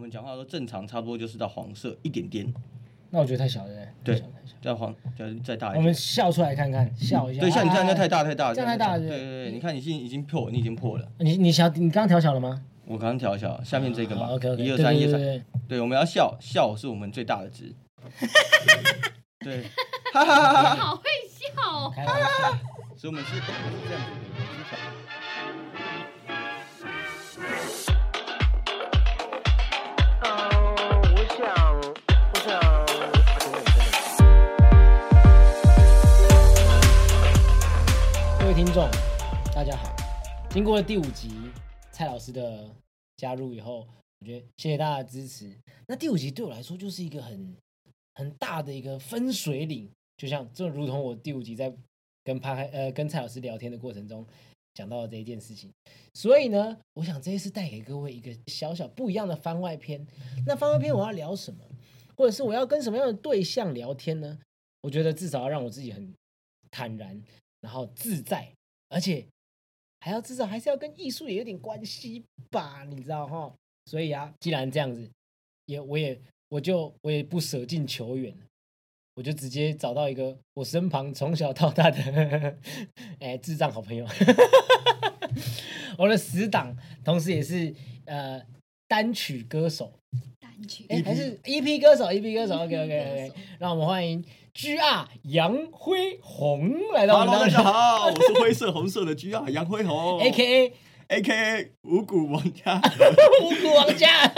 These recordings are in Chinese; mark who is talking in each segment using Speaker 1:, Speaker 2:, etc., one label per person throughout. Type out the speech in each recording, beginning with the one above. Speaker 1: 们讲话都正常，差不多就是到黄色一点点，
Speaker 2: 那我觉得太小了，对
Speaker 1: 对
Speaker 2: 不太小太小
Speaker 1: 再黄再再大一
Speaker 2: 我
Speaker 1: 点。
Speaker 2: 们笑出来看看，笑一下。
Speaker 1: 对，像你这样就太
Speaker 2: 大。
Speaker 1: 大太大，
Speaker 2: 这样太大
Speaker 1: 对
Speaker 2: 了
Speaker 1: 对对，你看你已经已经破，你已经破了。
Speaker 2: 啊你你小，你刚刚调小了吗？
Speaker 1: 我刚刚调小，下面这个嘛
Speaker 2: ，OK OK，
Speaker 1: 一二三，一
Speaker 2: 啊对
Speaker 1: 二
Speaker 2: 对
Speaker 1: 三，
Speaker 2: 对
Speaker 1: 对，我们要笑，笑是我们最大的值。对，哈哈哈哈。
Speaker 3: 好会笑哦。
Speaker 2: 开玩笑。
Speaker 1: 所以我们是我们是这样子的，我们是小
Speaker 4: 嗯，我想，我想，等等等等。
Speaker 2: 各位听众，大家好！经过了第五集蔡老师的加入以后，我觉得谢谢大家的支持。那第五集对我来说就是一个很很大的一个分水岭，就像这如同我第五集在跟潘海呃跟蔡老师聊天的过程中讲到的这一件事情。所以呢，我想这一次带给各位一个小小不一样的番外篇。那番外篇我要聊什么，或者是我要跟什么样的对象聊天呢？我觉得至少要让我自己很坦然，然后自在，而且还要至少还是要跟艺术也有点关系吧，你知道哈？所以啊，既然这样子，也我也我就我也不舍近求远了我就直接找到一个我身旁从小到大的哎智障好朋友， 我的死党，同时也是呃单曲歌手，
Speaker 3: 单曲
Speaker 2: 哎还是 EP 歌手，EP E 歌手，OK OK
Speaker 3: EP 歌
Speaker 2: OK，
Speaker 3: 手
Speaker 2: 让我们欢迎 GR 杨辉宏来到我们
Speaker 1: Hello，大
Speaker 2: 当中
Speaker 1: 家。好，我是灰色红色的 G R 杨辉宏
Speaker 2: A K A
Speaker 1: A K A 五谷王家，
Speaker 2: 五谷王家。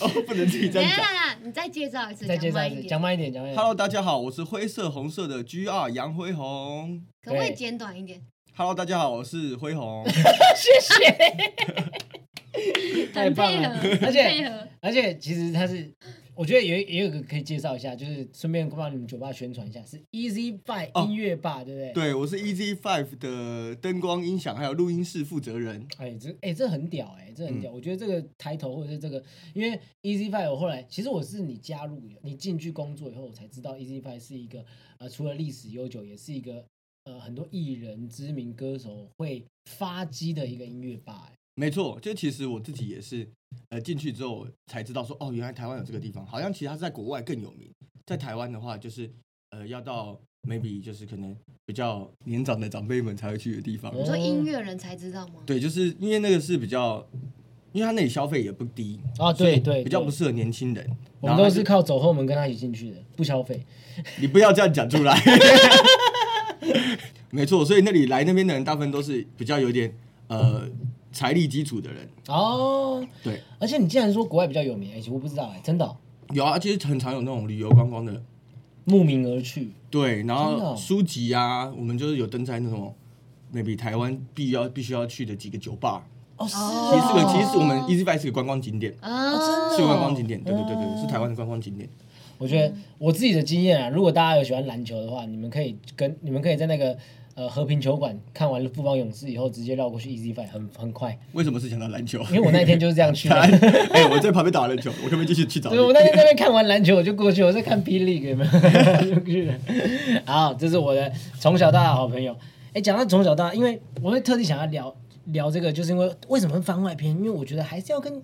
Speaker 1: 哦，不能自己这
Speaker 3: 等一
Speaker 1: 样
Speaker 3: 下
Speaker 1: 讲。
Speaker 3: 等一下，你再介绍一次，
Speaker 2: 再介绍
Speaker 3: 慢
Speaker 2: 一
Speaker 3: 一
Speaker 2: 次，讲
Speaker 3: 点，
Speaker 2: 慢一点，讲慢一点。
Speaker 1: Hello，大家好，我是灰色红色的 G R 杨辉宏。
Speaker 3: 可不可以
Speaker 2: 对
Speaker 3: 简短一点？
Speaker 1: Hello，大家好，我是辉 宏。
Speaker 2: 谢谢。太
Speaker 3: 很
Speaker 2: 棒
Speaker 3: 配合，
Speaker 2: 了，
Speaker 3: 很
Speaker 2: 而
Speaker 3: 配
Speaker 2: 且
Speaker 3: 合。
Speaker 2: 而且其实它是，我觉得也也有个可以介绍一下，就是顺便帮你们酒吧宣传一下，是 Easy Buy
Speaker 1: 哦
Speaker 2: 音乐吧，对不对？。
Speaker 1: 对，我是 EZ Five 的灯光、音响还有录音室负责人。
Speaker 2: 哎，这哎这很屌哎、这很
Speaker 1: 嗯
Speaker 2: 屌！我觉得这个抬头或者是这个，因为 Easy Five 我后来其实我是你加入以后你进去工作以后，我才知道 Easy Five 是一个呃除了历史悠久，也是一个呃很多艺人、知名歌手会发迹的一个音乐吧、哎
Speaker 1: 没错，就其实我自己也是，呃，进去之后才知道说，哦，原来台湾有这个地方，好像其实它是在国外更有名。在台湾的话，就是呃，要到 maybe 就是可能比较年长的长辈们才会去的地方。
Speaker 2: 哦
Speaker 3: 你说音乐人才知道吗？
Speaker 1: 对，就是因为那个是比较，因为他那里消费也不低，
Speaker 2: 啊，对对，
Speaker 1: 比较
Speaker 2: 对
Speaker 1: 不适合年轻人。
Speaker 2: 我
Speaker 1: 然后
Speaker 2: 们都
Speaker 1: 他
Speaker 2: 是靠走后门跟他一起进去的，不消费。
Speaker 1: 就你不要这样讲出来。 没错，所以那里来那边的人，大部分都是比较有点呃财力基础的人。
Speaker 2: 哦，
Speaker 1: 对，
Speaker 2: 而且你竟然说国外比较有名，哎、我不知道哎、真的哦、
Speaker 1: 有啊，其实很常有那种旅游观光的
Speaker 2: 慕名而去。
Speaker 1: 对，然
Speaker 2: 真的
Speaker 1: 后
Speaker 2: 哦
Speaker 1: 书籍啊，我们就是有登在那种 maybe 台湾必要必须要去的几个酒吧。
Speaker 2: 哦，是
Speaker 3: 哦
Speaker 1: 其实这个
Speaker 2: 哦
Speaker 1: 其实是我们 Easy Buy 是个观光景点，
Speaker 3: 啊，
Speaker 2: 哦
Speaker 1: 是个观光景点，对对对对，
Speaker 2: 哦
Speaker 1: 是台湾的观光景点。
Speaker 2: 我觉得我自己的经验啊，如果大家有喜欢篮球的话，你们可以跟你们可以在那个呃和平球馆看完富邦勇士以后，直接绕过去 Easy Five，很很快。
Speaker 1: 为什么是讲到篮球？
Speaker 2: 因为我那一天就是这 样去的。
Speaker 1: 篮，哎、我在旁边打篮球，我可不可以继续去找你
Speaker 2: 对，？我那天在那边看完篮球，我就过去，我在看霹雳，有没有？就 去了。好，这是我的从小到大的好朋友。哎，讲到从小到大，因为我会特地想要聊聊这个，就是因为为什么会番外篇？因为我觉得还是要跟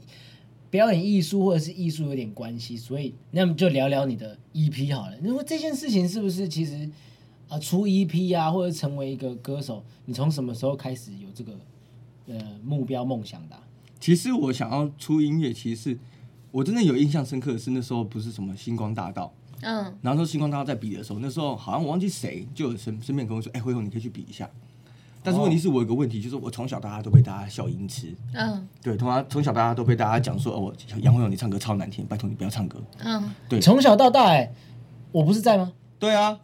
Speaker 2: 表演艺术或者是艺术有点关系，所以那么就聊聊你的 EP 好了。你说这件事情是不是其实啊、呃出 EP 啊，或者成为一个歌手，你从什么时候开始有这个呃目标梦想的啊、
Speaker 1: 其实我想要出音乐，其实是我真的有印象深刻的是那时候不是什么星光大道，
Speaker 3: 嗯，
Speaker 1: 然后说星光大道在比的时候，那时候好像我忘记谁就有身身边跟我说，哎、辉宏你可以去比一下。但是问题是我有个问题，就是我从小到大都被大家笑音痴，
Speaker 3: 嗯
Speaker 1: 对，从小从小到大都被大家讲说，哦，我杨辉宏你唱歌超难听，拜托你不要唱歌。
Speaker 3: 嗯，
Speaker 1: 对
Speaker 2: 从小到大、哎，我不是在吗？
Speaker 1: 对啊，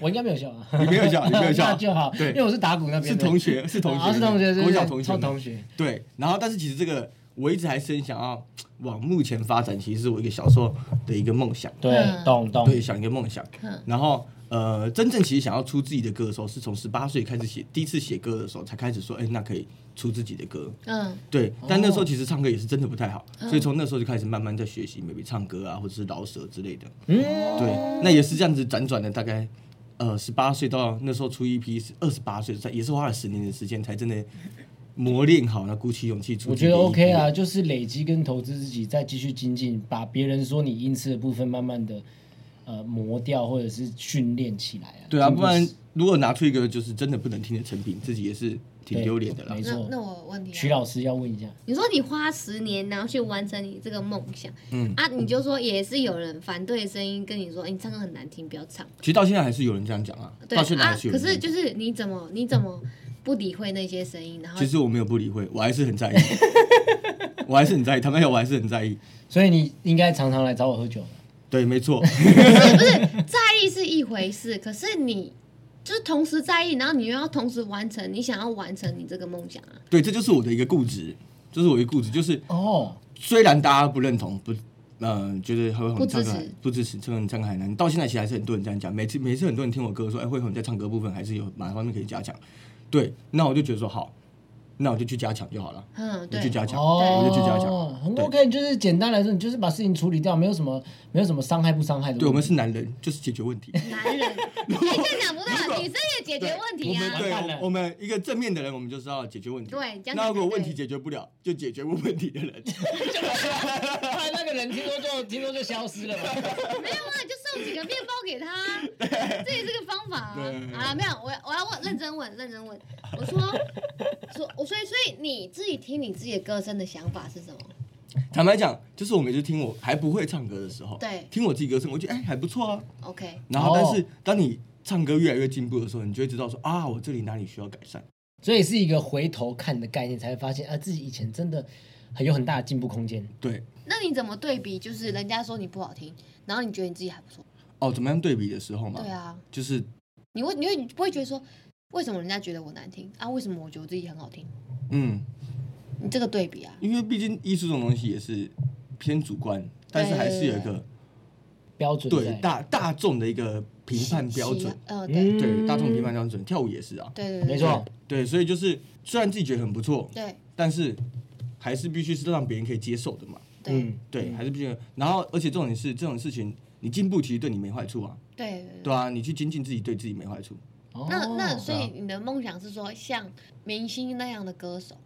Speaker 2: 我应该没有笑啊，
Speaker 1: 你没有 笑你没有笑
Speaker 2: 那就好，
Speaker 1: 对
Speaker 2: 因为我是打鼓那边
Speaker 1: 是
Speaker 2: 的
Speaker 1: 同学，是同
Speaker 2: 啊
Speaker 1: 学，
Speaker 2: 是同学，是
Speaker 1: 国小同学
Speaker 2: 超
Speaker 1: 们，
Speaker 2: 同学，
Speaker 1: 对，然后但是其实这个我一直还是很想要往目前发展，其实是我一个小时候的一个梦想，
Speaker 2: 对，
Speaker 3: 嗯
Speaker 2: 懂懂，
Speaker 1: 对，想一个梦想
Speaker 3: 嗯。
Speaker 1: 然后呃，真正其实想要出自己的歌的时候，是从十八岁开始写，第一次写歌的时候才开始说，哎、那可以出自己的歌。
Speaker 3: 嗯
Speaker 1: 对，但
Speaker 2: 哦
Speaker 1: 那时候其实唱歌也是真的不太好，
Speaker 2: 嗯
Speaker 1: 所以从那时候就开始慢慢在学习，maybe 唱歌啊，或者是饶舌之类的。
Speaker 2: 嗯，
Speaker 1: 对，那也是这样子辗转的，大概呃十八岁到那时候出一批是二十八岁，在也是花了十年的时间才真的磨练好，然后鼓起勇气出去。
Speaker 2: 我觉得 OK 啊，，就是累积跟投资自己，再继续精进，把别人说你因此的部分慢慢的呃磨掉，或者是训练起来啊。
Speaker 1: 对啊，
Speaker 2: 进步
Speaker 1: 不然
Speaker 2: 是
Speaker 1: 如果拿出一个就是真的不能听的成品，自己也是挺
Speaker 2: 对
Speaker 1: 丢脸的啦
Speaker 2: 没。
Speaker 3: 那
Speaker 2: 错。
Speaker 3: 那我问你啊，
Speaker 2: 徐老师要问一下，
Speaker 3: 你说你花十年，然后去完成你这个梦想，
Speaker 1: 嗯
Speaker 3: 啊，你就说也是有人反对的声音跟你说，哎你唱歌很难听，不要唱。
Speaker 1: 其实到现在还是有人这样讲啊，
Speaker 3: 对
Speaker 1: 到现在
Speaker 3: 啊
Speaker 1: 还，是有
Speaker 3: 可
Speaker 1: 人这
Speaker 3: 是
Speaker 1: 样
Speaker 3: 就
Speaker 1: 讲。
Speaker 3: 是你怎么你怎么不理会那些声音，然后
Speaker 1: 其实我没有不理会，我还是很 在意，我还是很在意。坦白讲，我还是很在意。
Speaker 2: 所以你应该常常来找我喝酒。
Speaker 1: 对，没错，
Speaker 3: 不是在意是一回事，可是你就是同时在意，然后你又要同时完成你想要完成你这个梦想啊。
Speaker 1: 对，这就是我的一个固执，这是我一个固执，就是
Speaker 2: 哦，
Speaker 1: 虽然大家不认同，不，呃，觉得慧
Speaker 3: 不
Speaker 1: 红
Speaker 3: 支
Speaker 1: 唱
Speaker 3: 持
Speaker 1: 歌很不支持，唱歌唱歌很难。到现在其实还是很多人这样讲，每次每次很多人听我歌说，哎、慧红在唱歌部分还是有哪方面可以加强。对，那我就觉得说好，那我就去加强就好了，
Speaker 3: 嗯，
Speaker 1: 我
Speaker 3: 对
Speaker 1: 去，加强，
Speaker 2: 哦，
Speaker 1: 我就去加强。
Speaker 2: 很
Speaker 1: 对
Speaker 2: OK，就是简单来说，你就是把事情处理掉，没有什么没有什么伤害不伤害的问题。
Speaker 1: 对我们是男人，就是解决问题。
Speaker 3: 男 人，哎，这讲不到，女生也解决问题
Speaker 1: 我
Speaker 3: 啊
Speaker 1: 们。对
Speaker 2: 完蛋了
Speaker 1: 我，我们一个正面的人，我们就是要解决问题。
Speaker 3: 对这样
Speaker 1: 那如果
Speaker 3: 才对
Speaker 1: 问题解决不了，就解决问问题的人。
Speaker 2: 后来 那个人听说就听说就消失了嘛。
Speaker 3: 没有啊，就送几个面包给他， 这也是个方法啊。
Speaker 1: 对
Speaker 3: 好了，没有，我我要问，认真问，认真问。我说，说，我所以所以你自己听你自己的歌声的想法是什么？
Speaker 1: 坦白讲，就是我每次听我还不会唱歌的时候，
Speaker 3: 对
Speaker 1: 听我自己歌声，我觉得哎、还不错啊。
Speaker 3: OK，
Speaker 1: 然后，但
Speaker 2: 哦
Speaker 1: 是当你唱歌越来越进步的时候，你就会知道说啊，我这里哪里需要改善。
Speaker 2: 所以是一个回头看的概念，才会发现啊，自己以前真的很有很大的进步空间。
Speaker 1: 对，
Speaker 3: 那你怎么对比？就是人家说你不好听，然后你觉得你自己还不错。
Speaker 1: 哦，怎么样对比的时候嘛，
Speaker 3: 对啊，
Speaker 1: 就是
Speaker 3: 你会你会你不会觉得说，为什么人家觉得我难听啊？为什么我觉得我自己很好听？
Speaker 1: 嗯，
Speaker 3: 你这个对比啊，
Speaker 1: 因为毕竟艺术这种东西也是偏主观，但是还是有一个
Speaker 2: 标准
Speaker 1: 对
Speaker 2: 在
Speaker 1: 大大众的一个评判标准，
Speaker 3: 嗯、对
Speaker 2: 嗯
Speaker 1: 对大众评判标准，跳舞也是啊，
Speaker 3: 对对对，
Speaker 2: 没错，
Speaker 1: 对，所以就是虽然自己觉得很不错，
Speaker 3: 对
Speaker 1: 但是还是必须是让别人可以接受的嘛，
Speaker 3: 对对
Speaker 2: 嗯，
Speaker 1: 对，还是必须。然后而且重点是这种事情，你进步其实对你没坏处啊，
Speaker 3: 对
Speaker 1: 对啊，你去精进自己对自己没坏处，
Speaker 2: 哦
Speaker 3: 那那所
Speaker 1: 对
Speaker 3: 以
Speaker 1: 啊
Speaker 3: 你的梦想是说像明星那样的歌手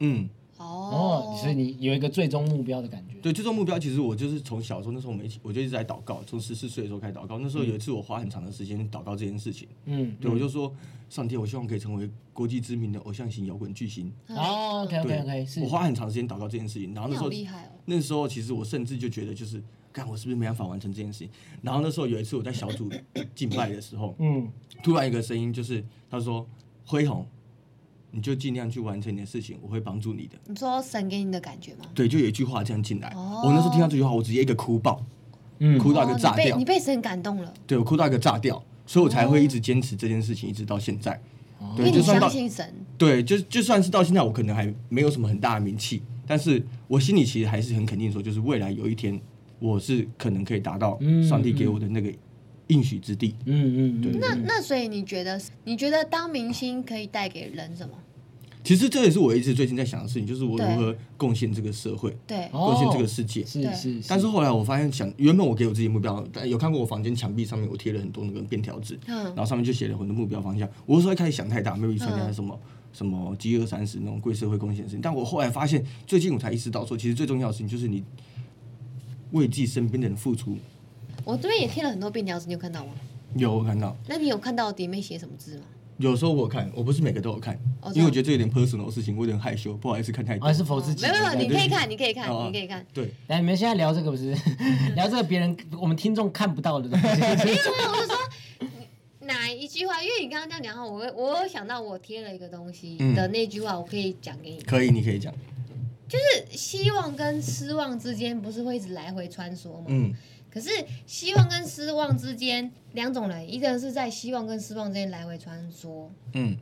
Speaker 1: 嗯。
Speaker 3: 哦
Speaker 2: 哦，所以你有一个最终目标的感觉。
Speaker 1: 对，最终目标其实我就是从小时候，那时候我们一起，我就一直在祷告，从十四岁的时候开始祷告。那时候有一次我花很长的时间祷告这件事情，
Speaker 2: 嗯，
Speaker 1: 对，我
Speaker 2: 嗯
Speaker 1: 就说上帝，我希望可以成为国际知名的偶像型摇滚巨星。
Speaker 3: 嗯
Speaker 2: 哦，OK
Speaker 1: 对
Speaker 2: OK OK，是
Speaker 1: 我花很长时间祷告这件事情，然后
Speaker 3: 你
Speaker 1: 那时
Speaker 3: 好
Speaker 1: 候
Speaker 3: 厉害哦，
Speaker 1: 那时候其实我甚至就觉得就是，看我是不是没办法完成这件事情。然后那时候有一次我在小组敬拜的时候，
Speaker 2: 嗯，
Speaker 1: 突然一个声音就是他说：“辉宏，你就尽量去完成你的事情，我会帮助你的。”
Speaker 3: 你说神给你的感觉吗？
Speaker 1: 对，就有一句话这样进来，
Speaker 3: 哦
Speaker 1: 我那时候听到这句话，我直接一个哭爆。
Speaker 2: 嗯
Speaker 1: 哭到一个
Speaker 3: 哦
Speaker 1: 炸
Speaker 3: 你被
Speaker 1: 掉
Speaker 3: 你被神感动了，
Speaker 1: 对我哭到一个炸掉，所以我才会一直坚持这件事情，一直到现在。
Speaker 3: 哦因
Speaker 1: 对，
Speaker 3: 为
Speaker 1: 就
Speaker 3: 你
Speaker 1: 算
Speaker 3: 相
Speaker 1: 到
Speaker 3: 信神，
Speaker 1: 对，就就算是到现在，我可能还没有什么很大的名气，但是我心里其实还是很肯定说，就是未来有一天，我是可能可以达到
Speaker 2: 嗯
Speaker 1: 上帝给我的那个应许之地。
Speaker 2: 嗯嗯嗯，
Speaker 3: 那那所以你觉得你觉得当明星可以带给人什么？
Speaker 1: 其实这也是我一直最近在想的事情，就是我
Speaker 3: 对
Speaker 1: 如何贡献这个社会，
Speaker 3: 对
Speaker 2: 哦
Speaker 1: 贡献这个世界。
Speaker 2: 是
Speaker 3: 对
Speaker 2: 是是，
Speaker 1: 但是后来我发现想，原本我给我自己目标，但有看过我房间墙壁上面我贴了很多那个便条纸，
Speaker 3: 嗯
Speaker 1: 然后上面就写了很多目标方向。我那时候一开始想太大，maybe 参
Speaker 3: 嗯
Speaker 1: 加什么、什么饥饿三十那种贵社会贡献的事情，但我后来发现，最近我才意识到说，其实最重要的事情就是你为自己身边的人付出。
Speaker 3: 我这边也贴了很多便条纸，你有看到吗？
Speaker 1: 有我看到，
Speaker 3: 那你有看到里面写什么字吗？
Speaker 1: 有时候我有看，我不是每个都有看，
Speaker 3: 哦
Speaker 1: 因为我
Speaker 3: 这样
Speaker 1: 觉得这有点 personal 的事情，我有点害羞，不好意思看太多。
Speaker 2: 哦还是否自己？
Speaker 3: 没有没有，
Speaker 1: 对
Speaker 3: 你
Speaker 1: 对
Speaker 3: 可以看，你可以看，
Speaker 1: 哦
Speaker 3: 你可以看。
Speaker 1: 对，
Speaker 2: 来，你们现在聊这个不是 聊这个别人我们听众看不到的 东西，
Speaker 3: 对啊，我就说你哪一句话，因为你刚刚这样讲话，我会我有想到我贴了一个东西
Speaker 1: 嗯
Speaker 3: 的那句话，我可以讲给你。
Speaker 1: 可以，你可以讲。
Speaker 3: 就是希望跟失望之间不是会一直来回穿梭吗？
Speaker 1: 嗯，
Speaker 3: 可是希望跟失望之间两种人，一个人是在希望跟失望之间来回穿梭，
Speaker 1: 嗯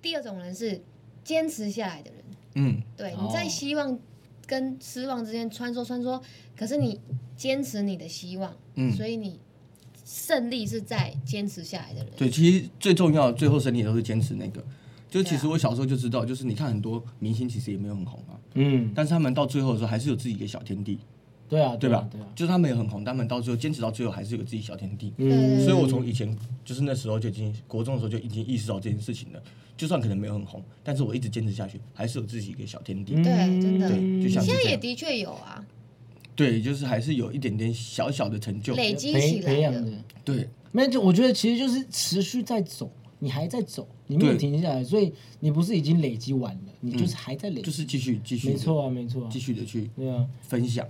Speaker 3: 第二种人是坚持下来的人。
Speaker 1: 嗯，
Speaker 3: 对，
Speaker 2: 哦
Speaker 3: 你在希望跟失望之间穿梭穿梭，可是你坚持你的希望，
Speaker 1: 嗯
Speaker 3: 所以你胜利是在坚持下来的人。
Speaker 1: 对，其实最重要的，最后身体都是坚持那个。就
Speaker 3: 对
Speaker 1: 其
Speaker 3: 啊
Speaker 1: 实我小时候就知道，就是你看很多明星其实也没有很红啊，
Speaker 2: 嗯，
Speaker 1: 但是他们到最后的时候还是有自己的小天地。
Speaker 2: 对啊，
Speaker 1: 对
Speaker 2: 啊
Speaker 1: 吧？
Speaker 2: 对啊，
Speaker 1: 就是他们也很红，但他们到最后坚持到最后还是有个自己小天地。
Speaker 3: 嗯
Speaker 1: 所以我从以前就是那时候就已经国中的时候就已经意识到这件事情了，就算可能没有很红，但是我一直坚持下去，还是有自己一个小天地。
Speaker 2: 嗯
Speaker 3: 对真的
Speaker 1: 对就像
Speaker 3: 现在
Speaker 1: 这
Speaker 3: 也
Speaker 1: 样
Speaker 3: 的确有啊，
Speaker 1: 对，就是还是有一点点小小的成就。
Speaker 3: 累积
Speaker 2: 培
Speaker 3: 起
Speaker 2: 培
Speaker 3: 来
Speaker 2: 养
Speaker 3: 的嗯
Speaker 2: 的。
Speaker 1: 对，
Speaker 2: 没有就我觉得其实就是持续在走，你还在走，你没有
Speaker 1: 对嗯
Speaker 2: 停下来，所以你不是已经累积完了，你就是还在累积。
Speaker 1: 就是继续继续，
Speaker 2: 没错，啊，没错啊
Speaker 1: 继，续的去
Speaker 2: 对啊。
Speaker 1: 分 享。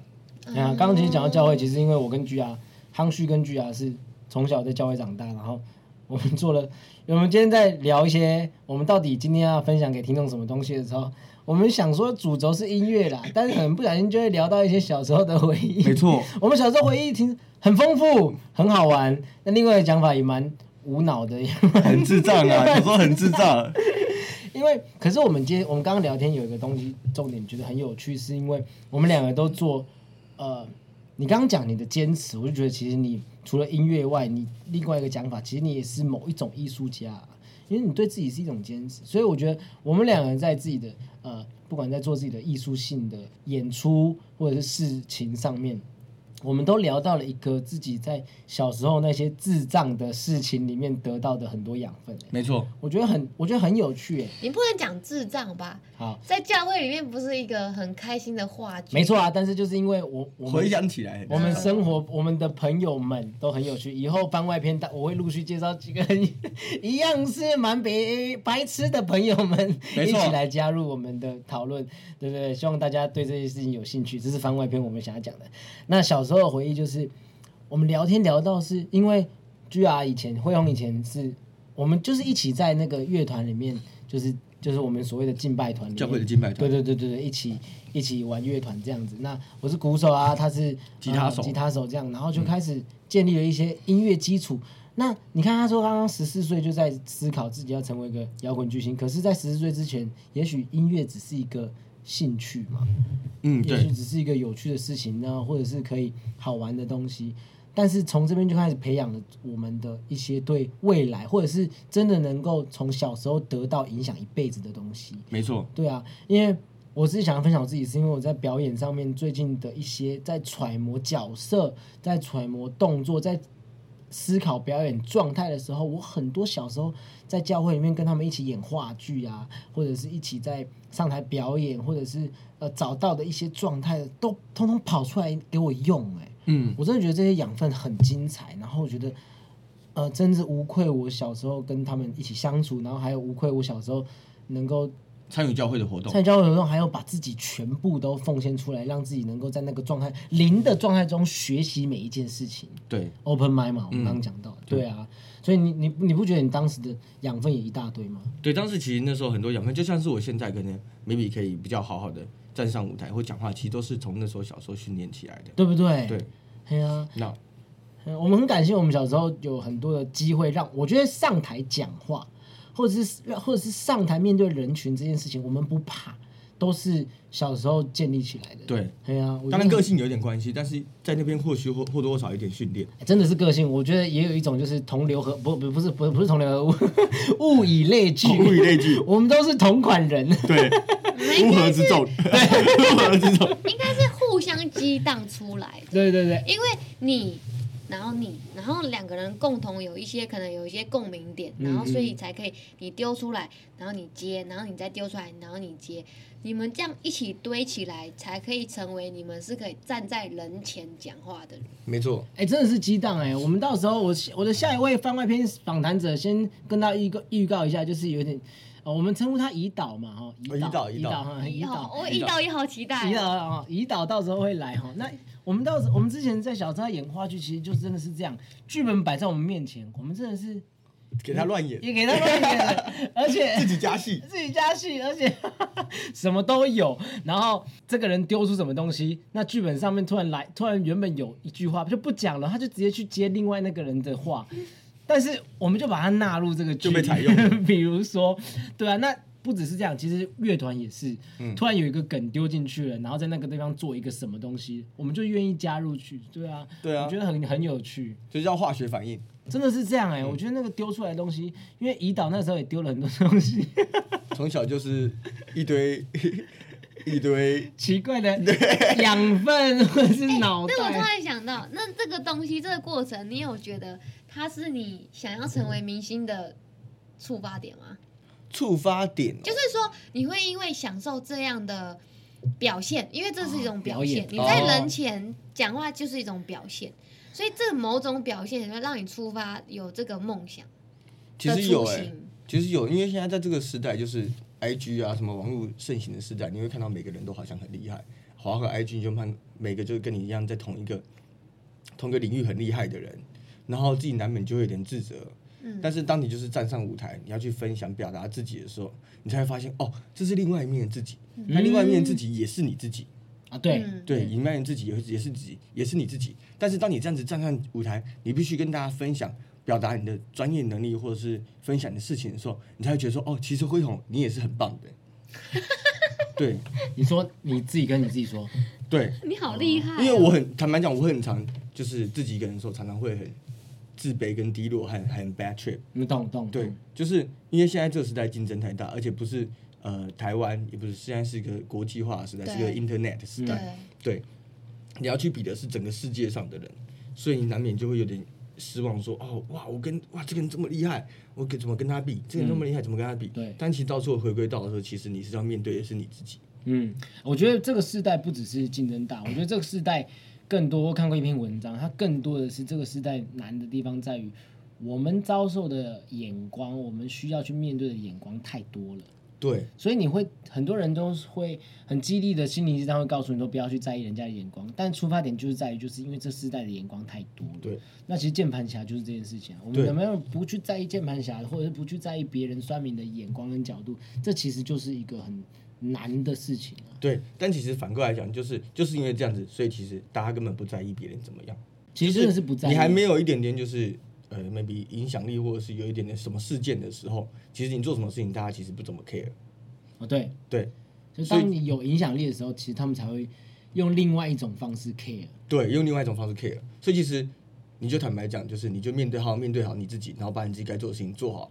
Speaker 2: 啊，刚刚其实讲到教会，其实因为我跟居啊，夯旭跟居啊是从小在教会长大，然后我们做了，我们今天在聊一些我们到底今天要分享给听众什么东西的时候，我们想说主轴是音乐啦，但是很不小心就会聊到一些小时候的回忆。
Speaker 1: 没错，
Speaker 2: 我们小时候回忆挺很丰富，很好玩。那另外的讲法也蛮无脑的，也蛮
Speaker 1: 很智障啊，有时候很智障。
Speaker 2: 因为可是我们今天我们刚刚聊天有一个东西重点觉得很有趣，是因为我们两个都做，呃，你刚刚讲你的坚持，我就觉得其实你除了音乐外，你另外一个讲法，其实你也是某一种艺术家啊，因为你对自己是一种坚持，所以我觉得我们两个人在自己的呃，不管在做自己的艺术性的演出或者是事情上面。我们都聊到了一个自己在小时候那些智障的事情里面得到的很多养分、欸
Speaker 1: 没错，
Speaker 2: 我觉得很，我觉得很有趣、欸。
Speaker 3: 你不能讲智障吧？
Speaker 2: 好，
Speaker 3: 在教会里面不是一个很开心的话剧，
Speaker 2: 没错啊，但是就是因为我我
Speaker 1: 回
Speaker 2: 们
Speaker 1: 想起来很智障，
Speaker 2: 我们生活我们的朋友们都很有趣，以后番外篇大我会陆续介绍几个很 一样是蛮白白痴的朋友们
Speaker 1: 没
Speaker 2: 一
Speaker 1: 错
Speaker 2: 起来加入我们的讨论，对不对？希望大家对这些事情有兴趣，这是番外篇我们想要讲的。那小时候的回忆就是我们聊天聊到是因为 G R 以前辉煌以前是我们就是一起在那个乐团里面，就是就是我们所谓的敬拜团里面
Speaker 1: 教会的敬拜团
Speaker 2: 对对对对对，一起一起玩乐团这样子。那我是鼓手啊，他是
Speaker 1: 吉他手
Speaker 2: 呃吉他手这样，然后就开始建立了一些音乐基础。那你看，他说刚刚十四岁就在思考自己要成为一个摇滚巨星，可是，在十四岁之前，也许音乐只是一个兴趣嘛，
Speaker 1: 嗯，
Speaker 2: 也许
Speaker 1: 对，
Speaker 2: 只是一个有趣的事情呢，或者是可以好玩的东西。但是从这边就开始培养了我们的一些对未来，或者是真的能够从小时候得到影响一辈子的东西。
Speaker 1: 没错，
Speaker 2: 对啊，因为我自己想要分享我自己，是因为我在表演上面最近的一些在揣摩角色、在揣摩动作、在思考表演状态的时候，我很多小时候在教会里面跟他们一起演话剧啊，或者是一起在上台表演，或者是呃找到的一些状态，都通通跑出来给我用、欸。
Speaker 1: 嗯，
Speaker 2: 我真的觉得这些养分很精彩，然后我觉得，呃，真是无愧我小时候跟他们一起相处，然后还有无愧我小时候能够
Speaker 1: 参与教会的活动
Speaker 2: 参，与交流活动，还有把自己全部都奉献出来，让自己能够在那个状态零的状态中学习每一件事情。
Speaker 1: 对，
Speaker 2: Open mind 嘛，我们
Speaker 1: 嗯
Speaker 2: 刚刚讲到，对啊，所以你你你不觉得你当时的养分也一大堆吗？
Speaker 1: 对，当时其实那时候很多养分，就像是我现在可能 maybe 可以比较好好的站上舞台或讲话，其实都是从那时候小时候训练起来的。
Speaker 2: 对不对？
Speaker 1: 对，
Speaker 2: 对啊，
Speaker 1: 那
Speaker 2: 嗯我们很感谢我们小时候有很多的机会让，我觉得上台讲话，或者是或者是上台面对人群这件事情，我们不怕，都是小时候建立起来的。，
Speaker 1: 对，
Speaker 2: 对啊，我觉得
Speaker 1: 当然个性有点关系，但是在那边或许或或多或少有一点训练。
Speaker 2: 真的是个性，我觉得也有一种就是同流合不不不是不是不是同流合污，物 以类聚，
Speaker 1: 物以类 聚
Speaker 2: 我们都是同款人。
Speaker 1: 对，乌合之众，乌合之众。
Speaker 3: 应该是互相激荡出来的，
Speaker 2: 对对对，
Speaker 3: 因为你。然后你，然后两个人共同有一些可能有一些共鸣点，然后所以才可以你丢出来，然后你接，然后你再丢出来，然后你接，你们这样一起堆起来，才可以成为你们是可以站在人前讲话的人。
Speaker 1: 没错，
Speaker 2: 哎、真的是激荡哎、我们到时候我我的下一位番外篇访谈者，先跟大家预告预告一下，就是有点，呃，我们称呼他胰岛嘛，哈，胰
Speaker 1: 胰哦岛
Speaker 2: 胰
Speaker 1: 胰岛
Speaker 2: 岛哈，胰
Speaker 3: 哦
Speaker 2: 岛，
Speaker 3: 我一到也好期待
Speaker 2: 胰岛
Speaker 3: 哦。
Speaker 2: 啊，胰岛到时候会来哈。那我们到时我们之前在小时候演话剧，其实就真的是这样，剧本摆在我们面前，我们真的是
Speaker 1: 给他乱 演，
Speaker 2: 也给他乱演了， 而且
Speaker 1: 自己加戏。
Speaker 2: 自己加戏，而且 什么都有。然后这个人丢出什么东西，那剧本上面突然来，突然原本有一句话就不讲了，他就直接去接另外那个人的话。但是我们就把它纳入这个
Speaker 1: 就
Speaker 2: 剧
Speaker 1: 被采用了。
Speaker 2: 比如说，对啊，那不只是这样，其实乐团也是，突然有一个梗丢进去了，然后在那个地方做一个什么东西，我们就愿意加入去。对啊，
Speaker 1: 对啊
Speaker 2: 我觉得很很有趣。
Speaker 1: 就叫化学反应。
Speaker 2: 真的是这样哎、
Speaker 1: 嗯
Speaker 2: 我觉得那个丢出来的东西，因为胰岛那时候也丢了很多东西，
Speaker 1: 从小就是一堆 一堆
Speaker 2: 奇怪的养分或者是脑
Speaker 3: 但哎我突
Speaker 2: 袋，
Speaker 3: 然想到，那这个东西，这个过程，你有觉得它是你想要成为明星的触发点吗？
Speaker 1: 触发点哦、
Speaker 3: 就是说，你会因为享受这样的表现，因为这是一种表
Speaker 2: 哦表
Speaker 3: 现，
Speaker 2: 演
Speaker 3: 你在
Speaker 1: 哦
Speaker 3: 人前讲话就是一种表现，所以这某种表现会让你触发有这个梦想
Speaker 1: 其
Speaker 3: 的
Speaker 1: 实有
Speaker 3: 雏
Speaker 1: 哎、
Speaker 3: 形
Speaker 1: 其实有，因为现在在这个时代，就是 I G 啊什么网络盛行的时代，你会看到每个人都好像很厉害，滑个 I G 你就看每个就是跟你一样在同一个同一个领域很厉害的人，然后自己难免就会有点自责。
Speaker 3: 嗯
Speaker 1: 但是当你就是站上舞台，你要去分享表达自己的时候，你才会发现哦，这是另外一面的自己，那另外一面的自己也是你自己。
Speaker 2: 啊，对，
Speaker 3: 嗯
Speaker 1: 对，你扮演自己也是也是自己，也是你自己。但是当你这样子站上舞台，你必须跟大家分享、表达你的专业能力，或者是分享你的事情的时候，你才会觉得说，哦，其实辉宏你也是很棒的。对
Speaker 2: 你说你自己跟你自己说，
Speaker 1: 对，
Speaker 3: 你好厉害哦、
Speaker 1: 因为我很坦白讲，我会很常就是自己一个人的时候，常常会很自卑、跟低落，很很 bad trip。
Speaker 2: 你们懂懂
Speaker 1: 对，，就是因为现在这个时代竞争太大，而且不是呃台湾，也不是现在是一个国际化的时代，是个
Speaker 3: 对
Speaker 1: Internet 时代。
Speaker 3: 对，
Speaker 1: 对，你要去比的是整个世界上的人，所以你难免就会有点失望说哦，哇，我跟哇这个人这么厉害，我跟怎么跟他比？这个人那么厉害，怎么跟他比？
Speaker 2: 对
Speaker 1: 但其实到最后回归到的时候，其实你是要面对的是你自己。
Speaker 2: 嗯，我觉得这个世代不只是竞争大，我觉得这个世代更多我看过一篇文章，它更多的是这个世代难的地方在于，我们遭受的眼光，我们需要去面对的眼光太多了。
Speaker 1: 对，
Speaker 2: 所以你会很多人都会很激励的心灵鸡汤会告诉你说不要去在意人家的眼光，但出发点就是在于就是因为这世代的眼光太多了。
Speaker 1: 对，
Speaker 2: 那其实键盘侠就是这件事情啊。我们
Speaker 1: 对
Speaker 2: 有没有不去在意键盘侠，或者是不去在意别人酸民的眼光跟角度，这其实就是一个很难的事情啊。
Speaker 1: 对，但其实反过来讲，就是就是因为这样子，所以其实大家根本不在意别人怎么样，
Speaker 2: 其实真的是不在意，
Speaker 1: 你还没有一点点就是。呃，maybe 影响力，或者是有一点点什么事件的时候，其实你做什么事情，大家其实不怎么 care。
Speaker 2: 哦，对，
Speaker 1: 对，
Speaker 2: 就
Speaker 1: 所以
Speaker 2: 当你有影响力的时候，其实他们才会用另外一种方式 care。
Speaker 1: 对，用另外一种方式 care。所以其实你就坦白讲，就是你就面对好，面对好你自己，然后把你自己该做的事情做好。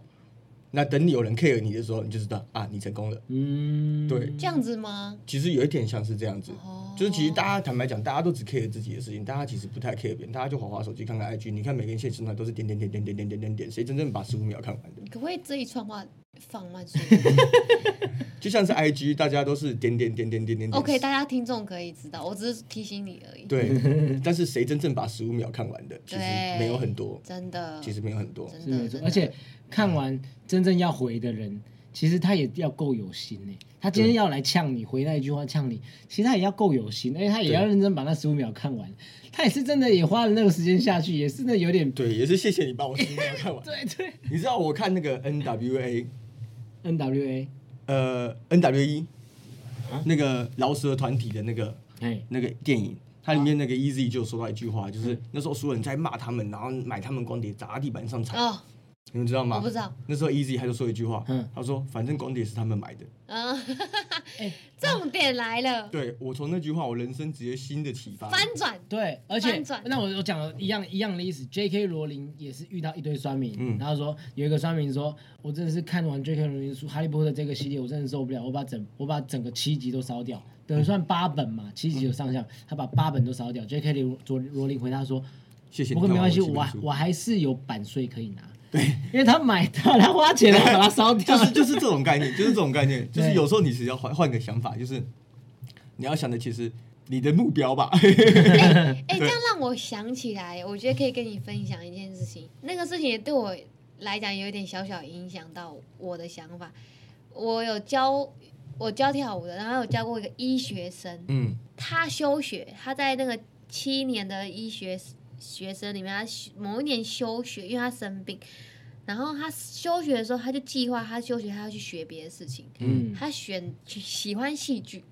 Speaker 1: 那等你有人 care 你的时候，你就知道啊，你成功了。
Speaker 2: 嗯，
Speaker 1: 对，
Speaker 3: 这样子吗？
Speaker 1: 其实有一点像是这样子，
Speaker 3: 哦，
Speaker 1: 就是其实大家坦白讲，大家都只 care 自己的事情，大家其实不太 care 别人，大家就划划手机看看 IG，你看每个人现实动态都是点点点点点点点点点，谁真正把十五秒看完的？
Speaker 3: 你可不可以这一串话放 慢速度
Speaker 1: 就像是 IG，大家都是点点点点点点点。
Speaker 3: ？OK，大家听众可以知道，我只是提醒你而已。，
Speaker 1: 对， 但是谁真正把十五秒看完的，其实
Speaker 3: 对
Speaker 1: 没有很多，
Speaker 3: 真的，
Speaker 1: 其实没有很多。
Speaker 3: 真
Speaker 2: 是没
Speaker 3: 的，
Speaker 2: 错
Speaker 3: 真。的
Speaker 2: 而且看完真正要回的人，其实他也要够有心呢、他今天要来呛你，回那一句话呛你，其实他也要够有心，而且他也
Speaker 1: 对
Speaker 2: 要认真把那十五秒看完。他也是真的也花了那个时间下去，也是真的有点
Speaker 1: 对，也是谢谢你把我十五秒 看完。
Speaker 2: 对对。
Speaker 1: 你知道我看那个 NWA，
Speaker 2: N W A，
Speaker 1: 呃，NWE 那个饶舌团体的那个
Speaker 2: 哎，
Speaker 1: 那个电影，它里面
Speaker 3: 啊
Speaker 1: 那个 Easy 就说到一句话，就是那时候所有人在骂他们，然后买他们光碟砸地板上踩，
Speaker 3: 哦，
Speaker 1: 你们知道吗？
Speaker 3: 我不知道。
Speaker 1: 那时候 Easy 他就说一句话
Speaker 2: 嗯，
Speaker 1: 他说反正光碟是他们买的。
Speaker 3: 嗯， 重点来了，
Speaker 1: 对啊我从那句话，我人生直接新的启发。
Speaker 3: 翻转。
Speaker 2: 对，而且
Speaker 3: 翻转
Speaker 2: 那我我讲了一样一样的意思，J.K. 罗琳也是遇到一堆酸民，
Speaker 1: 嗯
Speaker 2: 然后说有一个酸民说，我真的是看完 J.K. 罗琳书《哈利波特》这个系列，我真的受不了，我把整我把整个七集都烧掉，
Speaker 1: 嗯
Speaker 2: 等于算八本嘛，七集有上下，他把八本都烧掉。J.K. 罗罗罗琳回答说，
Speaker 1: 谢谢你
Speaker 2: 不过没
Speaker 1: 看完
Speaker 2: 关系，
Speaker 1: 我这
Speaker 2: 我
Speaker 1: 本
Speaker 2: 还
Speaker 1: 书
Speaker 2: 我还是有版税可以拿，对，因为他买到他花 钱了把它烧掉
Speaker 1: 就
Speaker 2: 了，
Speaker 1: 是就是这种概念，就是这种概念，就是
Speaker 2: 对
Speaker 1: 有时候你只要换换个想法，就是你要想的其实你的目标吧。
Speaker 3: 哎、这样让我想起来，我觉得可以跟你分享一件事情。那个事情也对我来讲有一点小小影响到我的想法。我有教我教跳舞的，然后有教过一个医学生，
Speaker 1: 嗯，
Speaker 3: 他休学，他在那个七年的医学学生里面，他休某一年休学，因为他生病。然后他休学的时候，他就计划他休学，他要去学别的事情。
Speaker 2: 嗯，
Speaker 3: 他选喜欢戏剧，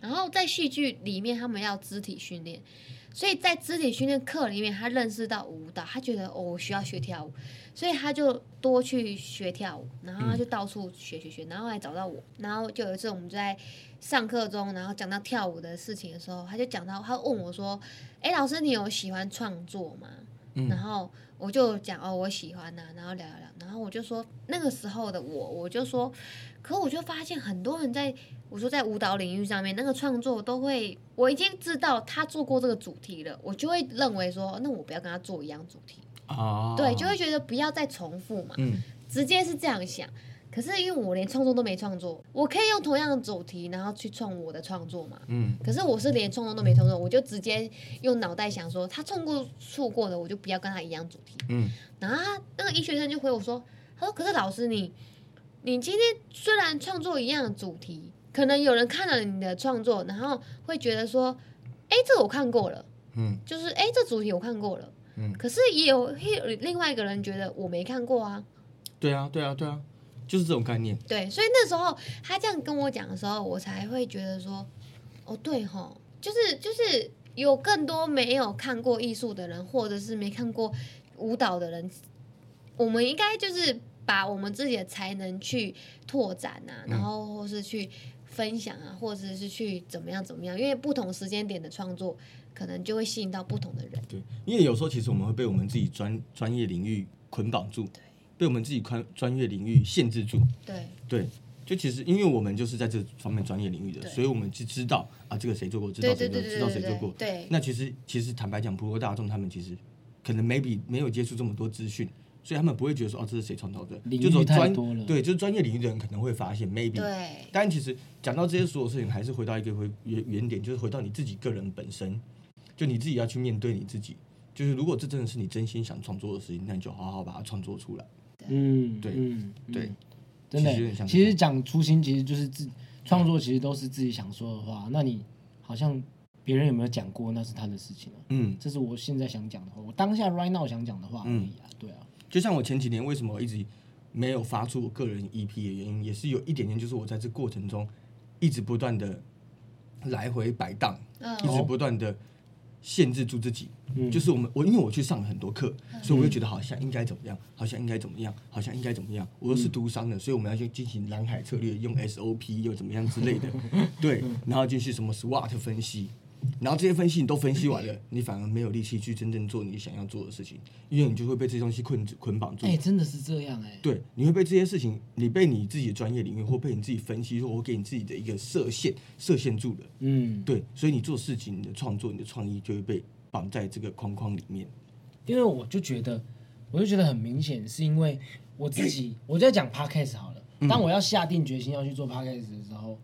Speaker 3: 然后在戏剧里面他们要肢体训练，所以在肢体训练课里面，他认识到舞蹈，他觉得哦，我需要学跳舞，所以他就多去学跳舞，然后他就到处学学学，然后还找到我，然后就有一次我们就在上课中，然后讲到跳舞的事情的时候，他就讲到，他问我说：“哎，老师，你有喜欢创作吗？”
Speaker 1: 嗯
Speaker 3: 然后我就讲哦，我喜欢呐、然后聊聊聊，然后我就说那个时候的我，我就说，可我就发现很多人在我说在舞蹈领域上面那个创作都会，我已经知道他做过这个主题了，我就会认为说，那我不要跟他做一样主题，
Speaker 1: 啊
Speaker 3: 对，就会觉得不要再重复嘛，
Speaker 1: 嗯
Speaker 3: 直接是这样想。可是因为我连创作都没创作，我可以用同样的主题，然后去创我的创作嘛。
Speaker 1: 嗯
Speaker 3: 可是我是连创作都没创作，我就直接用脑袋想说，他创过错过的，我就不要跟他一样主题。
Speaker 1: 嗯
Speaker 3: 然后他那个医学生就回我说：“他说可是老师你，你今天虽然创作一样的主题，可能有人看了你的创作，然后会觉得说，哎，这我看过了，
Speaker 1: 嗯
Speaker 3: 就是哎这主题我看过了。
Speaker 1: 嗯，
Speaker 3: 可是也有会有另外一个人觉得我没看过啊，
Speaker 1: 对啊对啊对啊，就是这种概念。
Speaker 3: 对，所以那时候他这样跟我讲的时候，我才会觉得说，哦对吼，就是就是有更多没有看过艺术的人，或者是没看过舞蹈的人，我们应该就是把我们自己的才能去拓展啊，然后或是去分享啊，或者是去怎么样怎么样，因为不同时间点的创作，可能就会吸引到不同的人。
Speaker 1: 对，因为有时候其实我们会被我们自己专专业领域捆绑住，被我们自己专专业领域限制住。
Speaker 3: 对
Speaker 1: 对，就其实因为我们就是在这方面专业领域的，
Speaker 3: 对
Speaker 1: 所以我们就知道啊，这个谁做过，知道
Speaker 3: 对
Speaker 1: 谁做，
Speaker 3: 对对
Speaker 1: 知
Speaker 3: 对
Speaker 1: 道
Speaker 3: 对
Speaker 1: 谁做过
Speaker 3: 对。对，
Speaker 1: 那其实其实坦白讲，普罗大众他们其实可能 maybe 没有接触这么多资讯。所以他们不会觉得说哦，这是谁创造的？
Speaker 2: 领域
Speaker 1: 就走
Speaker 2: 太
Speaker 1: 专
Speaker 2: 多了
Speaker 1: 对，就是专业领域的人可能会发现 maybe，
Speaker 3: 对
Speaker 1: 但其实讲到这些所有事情，还是回到一个回原原点，就是回到你自己个人本身，就你自己要去面对你自己。就是如果这真的是你真心想创作的事情，那你就好好把它创作出来。
Speaker 2: 嗯，
Speaker 1: 对
Speaker 2: 嗯，
Speaker 1: 对
Speaker 2: 嗯，真的
Speaker 1: 其实有点像
Speaker 2: 欸。
Speaker 1: 是
Speaker 2: 其实讲初心，其实就是自创作，其实都是自己想说的话。那你好像别人有没有讲过，那是他的事情啊。
Speaker 1: 嗯，
Speaker 2: 这是我现在想讲的话，我当下 right now 想讲的话而已啊。对啊，
Speaker 1: 就像我前几年为什么一直没有发出我个人 EP 的原因，也是有一点点，就是我在这过程中一直不断的来回摆荡，
Speaker 3: 嗯
Speaker 1: 一直不断的限制住自己。
Speaker 2: 嗯
Speaker 1: 就是我们我因为我去上了很多课，所以我就觉得好像应该怎么样，好像应该怎么样，好像应该怎么样。我又是读商的，所以我们要去进行蓝海策略，用 SOP 又怎么样之类的，对，然后进去什么 SWOT 分析。然后这些分析你都分析完了，你反而没有力气去真正做你想要做的事情，因为你就会被这些东西捆捆绑住。
Speaker 2: 哎，真的是这样哎。
Speaker 1: 嗯对，你会被这些事情，你被你自己的专业领域，或被你自己分析，或给你自己的一个设限设限住了。
Speaker 2: 嗯，
Speaker 1: 对，所以你做事情、你的创作、你的创意就会被绑在这个框框里面。
Speaker 2: 因为我就觉得，我就觉得很明显，是因为我自己，我在讲 podcast 好了。当我要下定决心要去做 podcast 的时候，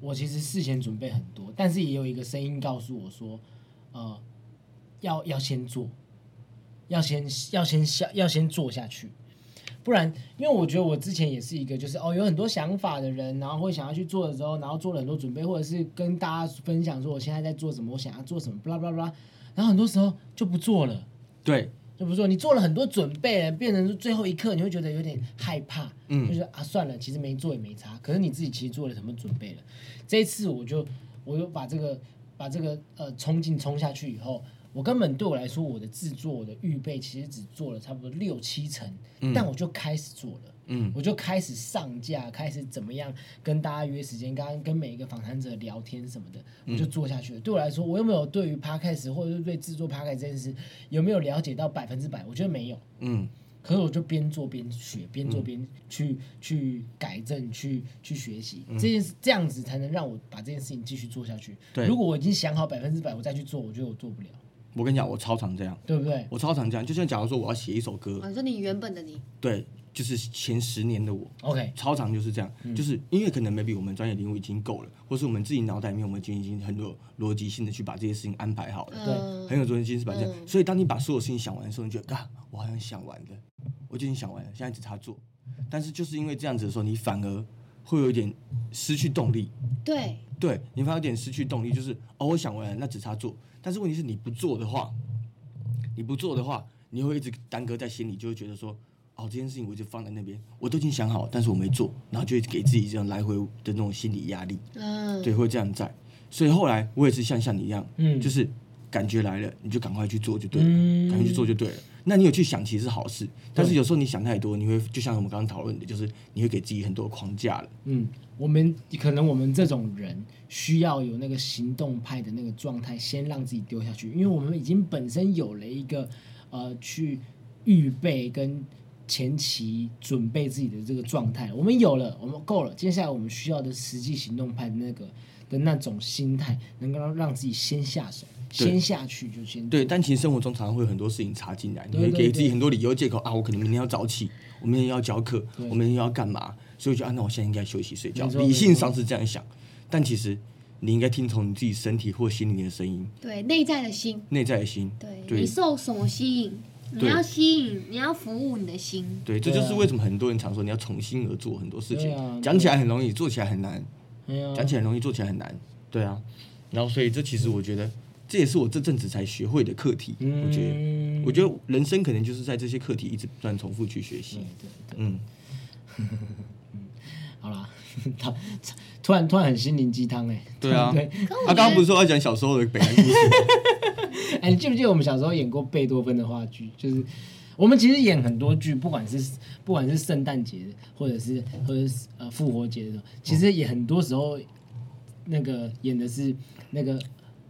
Speaker 2: 我其实事前准备很多，但是也有一个声音告诉我说，呃，要要先做，要先要先下要先做下去，不然，因为我觉得我之前也是一个，就是哦有很多想法的人，然后会想要去做的时候，然后做了很多准备，或者是跟大家分享说我现在在做什么，我想要做什么，blah blah blah，然后很多时候就不做了。
Speaker 1: 对，
Speaker 2: 就不做，你做了很多准备了，变成最后一刻，你会觉得有点害怕，
Speaker 1: 嗯
Speaker 2: 就觉得啊算了，其实没做也没差。可是你自己其实做了什么准备了？这一次我就我又把这个把这个呃冲劲冲下去以后，我根本对我来说，我的制作我的预备其实只做了差不多六七成，但我就开始做了。
Speaker 1: 嗯
Speaker 2: 我就开始上架，开始怎么样跟大家约时间，刚刚跟每一个访谈者聊天什么的，
Speaker 1: 嗯
Speaker 2: 我就做下去了。对我来说，我有没有对于 podcast 或者是对制作 podcast 这件事有没有了解到百分之百？我觉得没有。
Speaker 1: 嗯
Speaker 2: 可是我就边做边学，边做边去、去改正，去去学习、
Speaker 1: 嗯
Speaker 2: 这件事，这样子才能让我把这件事情继续做下去。
Speaker 1: 对
Speaker 2: 如果我已经想好百分之百，我再去做，我觉得我做不了，
Speaker 1: 我跟你讲，我超常这样，
Speaker 2: 对不对？
Speaker 1: 我超常这样。就像假如说我要写一首歌，
Speaker 3: 哦你说你原本的你，
Speaker 1: 对，就是前十年的我，
Speaker 2: OK，
Speaker 1: 超常就是这样，就是因为可能 maybe 我们专业领域已经够了，或是我们自己脑袋里面我们已经已经很有逻辑性的去把这些事情安排好了。
Speaker 3: 嗯，
Speaker 1: 很有逻辑性是把这样，
Speaker 3: 嗯
Speaker 1: 所以当你把所有事情想完的时候，你觉得啊，我好像想完了，我就已经想完了，现在只差做。但是就是因为这样子的时候，你反而会有一点失去动力，
Speaker 3: 对。
Speaker 1: 对你反而有点失去动力，就是哦，我想完了，那只差做。但是问题是你不做的话，你不做的话，你会一直耽搁在心里，就会觉得说，哦，这件事情我就放在那边，我都已经想好，但是我没做，然后就会给自己这样来回的那种心理压力，
Speaker 3: 嗯，
Speaker 1: 对，会这样在。所以后来我也是像像你一样，
Speaker 2: 嗯
Speaker 1: 就是感觉来了，你就赶快去做就对了，
Speaker 2: 嗯
Speaker 1: 赶快去做就对了。那你有去想，其实是好事，但是有时候你想太多，你会就像我们刚刚讨论的，就是你会给自己很多框架了。
Speaker 2: 嗯，我们可能我们这种人需要有那个行动派的那个状态，先让自己丢下去，因为我们已经本身有了一个呃去预备跟前期准备自己的这个状态，我们有了，我们够了，接下来我们需要的实际行动派的那个的那种心态，能够让让自己先下手，
Speaker 1: 对
Speaker 2: 先下去就先
Speaker 1: 对，但其实生活中常常会有很多事情插进来，你
Speaker 2: 对
Speaker 1: 会
Speaker 2: 对
Speaker 1: 给自己
Speaker 2: 对
Speaker 1: 很多理由借口啊，我可能明天要早起，我明天要教课，
Speaker 2: 对
Speaker 1: 我明天要干嘛，所以我就啊，那我现在应该休息睡觉。
Speaker 2: 没错
Speaker 1: 理性
Speaker 2: 没错
Speaker 1: 上是这样想，但其实你应该听从你自己身体或心灵的声音，
Speaker 5: 对内在的心，
Speaker 1: 内在的心。
Speaker 5: 对
Speaker 1: 对
Speaker 5: 你受什么吸引，你
Speaker 1: 对
Speaker 5: 要吸引，你要服务你的心，
Speaker 1: 对，这
Speaker 2: 对
Speaker 1: 就
Speaker 2: 啊
Speaker 1: 是为什么很多人常说你要从心而做很多事
Speaker 2: 对啊
Speaker 1: 情，讲起来很容易，做起来很难，
Speaker 2: 哎呀
Speaker 1: 讲起来很容易，做起来很难。对啊，然后所以这其实我觉得这也是我这阵子才学会的课题。我觉得，
Speaker 2: 嗯
Speaker 1: 我觉得人生可能就是在这些课题一直不断重复去学习
Speaker 2: 对。对对，
Speaker 1: 嗯，
Speaker 2: 好啦， 他突然突然很心灵鸡汤哎，
Speaker 1: 对啊。
Speaker 2: 对，
Speaker 5: 可我
Speaker 1: 他刚刚
Speaker 5: 觉
Speaker 1: 不
Speaker 5: 得
Speaker 1: 是说要讲小时候的北南故事？
Speaker 2: 哎，你记不记得我们小时候演过贝多芬的话剧？就是我们其实演很多剧，不管是不管是圣诞节，或者是或者是呃复活节的时候，其实也很多时候那个演的是那个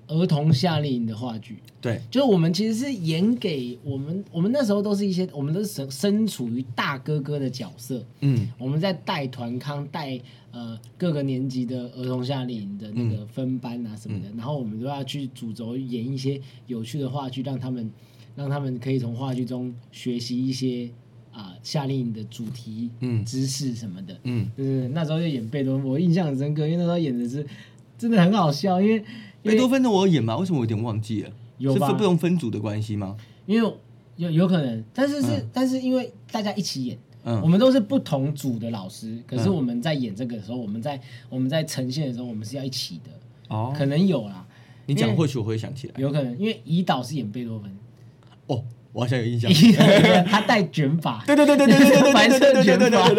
Speaker 2: 儿童夏令营的话剧。
Speaker 1: 对
Speaker 2: 就是我们其实是演给我们，我们那时候都是一些，我们都是身身处于大哥哥的角色，
Speaker 1: 嗯，
Speaker 2: 我们在带团康、带呃各个年级的儿童夏令营的那
Speaker 1: 嗯
Speaker 2: 个分班啊什么的，然后我们都要去主轴演一些有趣的话剧，让他们让他们可以从话剧中学习一些啊、夏令营的主题、
Speaker 1: 嗯
Speaker 2: 知识什么的，
Speaker 1: 嗯，
Speaker 2: 就是那时候就演贝多芬，我印象很深刻，因为那时候演的是真的很好笑，因为因
Speaker 1: 贝
Speaker 2: 为
Speaker 1: 多芬的我有演吗？为什么我有点忘记了？
Speaker 2: 有
Speaker 1: 是
Speaker 2: 吧
Speaker 1: 分不同分组的关系吗？
Speaker 2: 因为有有可能，但是是、
Speaker 1: 嗯
Speaker 2: 但是因为大家一起演，
Speaker 1: 嗯
Speaker 2: 我们都是不同组的老师，可是
Speaker 1: 嗯
Speaker 2: 我们在演这个的时候，我们在我们在呈现的时候，我们是要一起的，
Speaker 1: 哦
Speaker 2: 可能有啦，
Speaker 1: 你讲或许我会想起来。
Speaker 2: 有可能，因为胰岛是演贝多芬，
Speaker 1: 哦，我好像有印象。
Speaker 2: 胰岛他带卷发，
Speaker 1: 对对对对对对对对
Speaker 2: 白色
Speaker 1: 对对
Speaker 2: 卷
Speaker 1: 对对对
Speaker 2: 发
Speaker 1: 对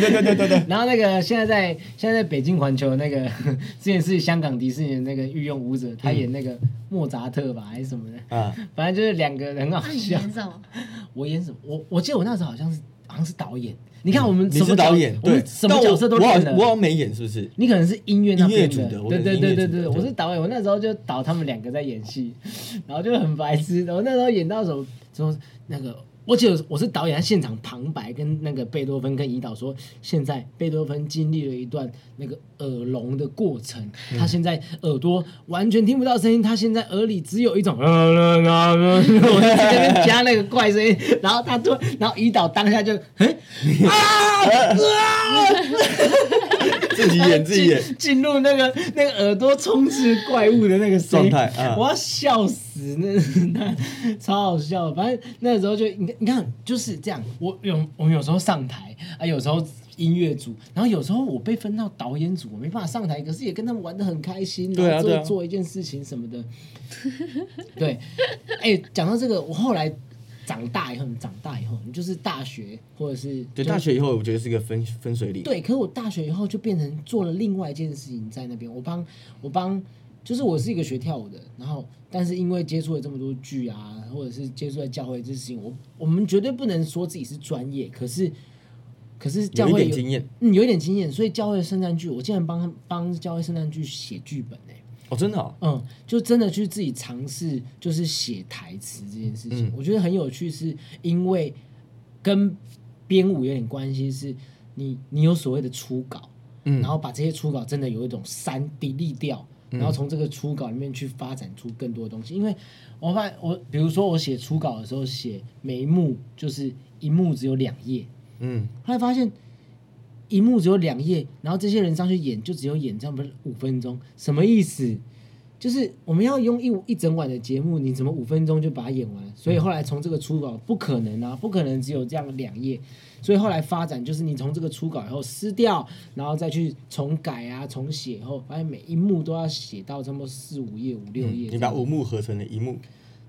Speaker 1: 对对对对对。
Speaker 2: 然后那个现在在现在在北京环球那个之前是香港迪士尼的那个御用舞者，
Speaker 1: 嗯
Speaker 2: 他演那个莫扎特吧还是什么的，
Speaker 1: 啊，
Speaker 2: 反正就是两个人很好
Speaker 3: 那你
Speaker 2: 笑。
Speaker 3: 演什么？
Speaker 2: 我演什么？我我记得我那时候好像是好像是导演。你看我们
Speaker 1: 嗯你
Speaker 2: 什
Speaker 1: 是
Speaker 2: 么角
Speaker 1: 导演，
Speaker 2: 我
Speaker 1: 对
Speaker 2: 们，什么
Speaker 1: 但
Speaker 2: 角
Speaker 1: 我
Speaker 2: 色都
Speaker 1: 我好
Speaker 2: 练
Speaker 1: 我好
Speaker 2: 了。
Speaker 1: 像没演，是不是？
Speaker 2: 你可能是音乐那边
Speaker 1: 音乐组的我可
Speaker 2: 对
Speaker 1: 能
Speaker 2: 对
Speaker 1: 是音
Speaker 2: 对
Speaker 1: 乐
Speaker 2: 对
Speaker 1: 组
Speaker 2: 对，
Speaker 1: 的
Speaker 2: 我
Speaker 1: 对
Speaker 2: 是导演，我那时候就导他们两个在演戏，然后就很白痴。我那时候演到什么什么那个，我记得我是导演，他现场旁白跟那个贝多芬跟胰岛说，现在贝多芬经历了一段那个耳聋的过 程，他现在耳朵完全听不到声音，他现在耳里只有一种， 我就在那边加那个怪声音，然后他突然，然后胰岛当下就，嗯
Speaker 1: 自己演自己演。
Speaker 2: 进进入那个那个耳朵充斥怪物的那个声
Speaker 1: 状
Speaker 2: 音
Speaker 1: 态啊
Speaker 2: 我要笑死，那那超好笑的。反正那时候就你看你看就是这样，我有我有时候上台啊，有时候音乐组，然后有时候我被分到导演组，我没办法上台，可是也跟他们玩的很开心，
Speaker 1: 对
Speaker 2: 然
Speaker 1: 啊
Speaker 2: 后做、
Speaker 1: 对啊
Speaker 2: 做一件事情什么的。对，哎、讲到这个，我后来。长大以后，你长大以后，你就是大学或者是
Speaker 1: 对，
Speaker 2: 就
Speaker 1: 大学以后我觉得是个分分水岭。，
Speaker 2: 对，可是我大学以后就变成做了另外一件事情，在那边我帮我帮，就是我是一个学跳舞的，然后但是因为接触了这么多剧啊，或者是接触了教会这事情，我我们绝对不能说自己是专业，可是可是教
Speaker 1: 有
Speaker 2: 会
Speaker 1: 一点经验。
Speaker 2: 嗯，有一点经验，所以教会的圣诞剧，我竟然帮他们帮教会圣诞剧写剧本哎、
Speaker 1: 哦，真的哦。
Speaker 2: 嗯，就真的去自己尝试，就是写台词这件事情，
Speaker 1: 嗯
Speaker 2: 我觉得很有趣，是因为跟编舞有点关系，是你你有所谓的初稿，
Speaker 1: 嗯
Speaker 2: 然后把这些初稿真的有一种删 delete 掉，然后从这个初稿里面去发展出更多的东西。因为我发我比如说我写初稿的时候写每一幕就是一幕只有两页，
Speaker 1: 嗯，
Speaker 2: 后来发现一幕只有两页，然后这些人上去演就只有演这样不是五分钟，什么意思？就是我们要用一一整晚的节目，你怎么五分钟就把它演完？所以后来从这个初稿不可能啊，不可能只有这样两页，所以后来发展就是你从这个初稿以后撕掉，然后再去重改啊、重写以后，发现每一幕都要写到差不多四五页、五六页这样。
Speaker 1: 嗯你把五幕合成了一幕。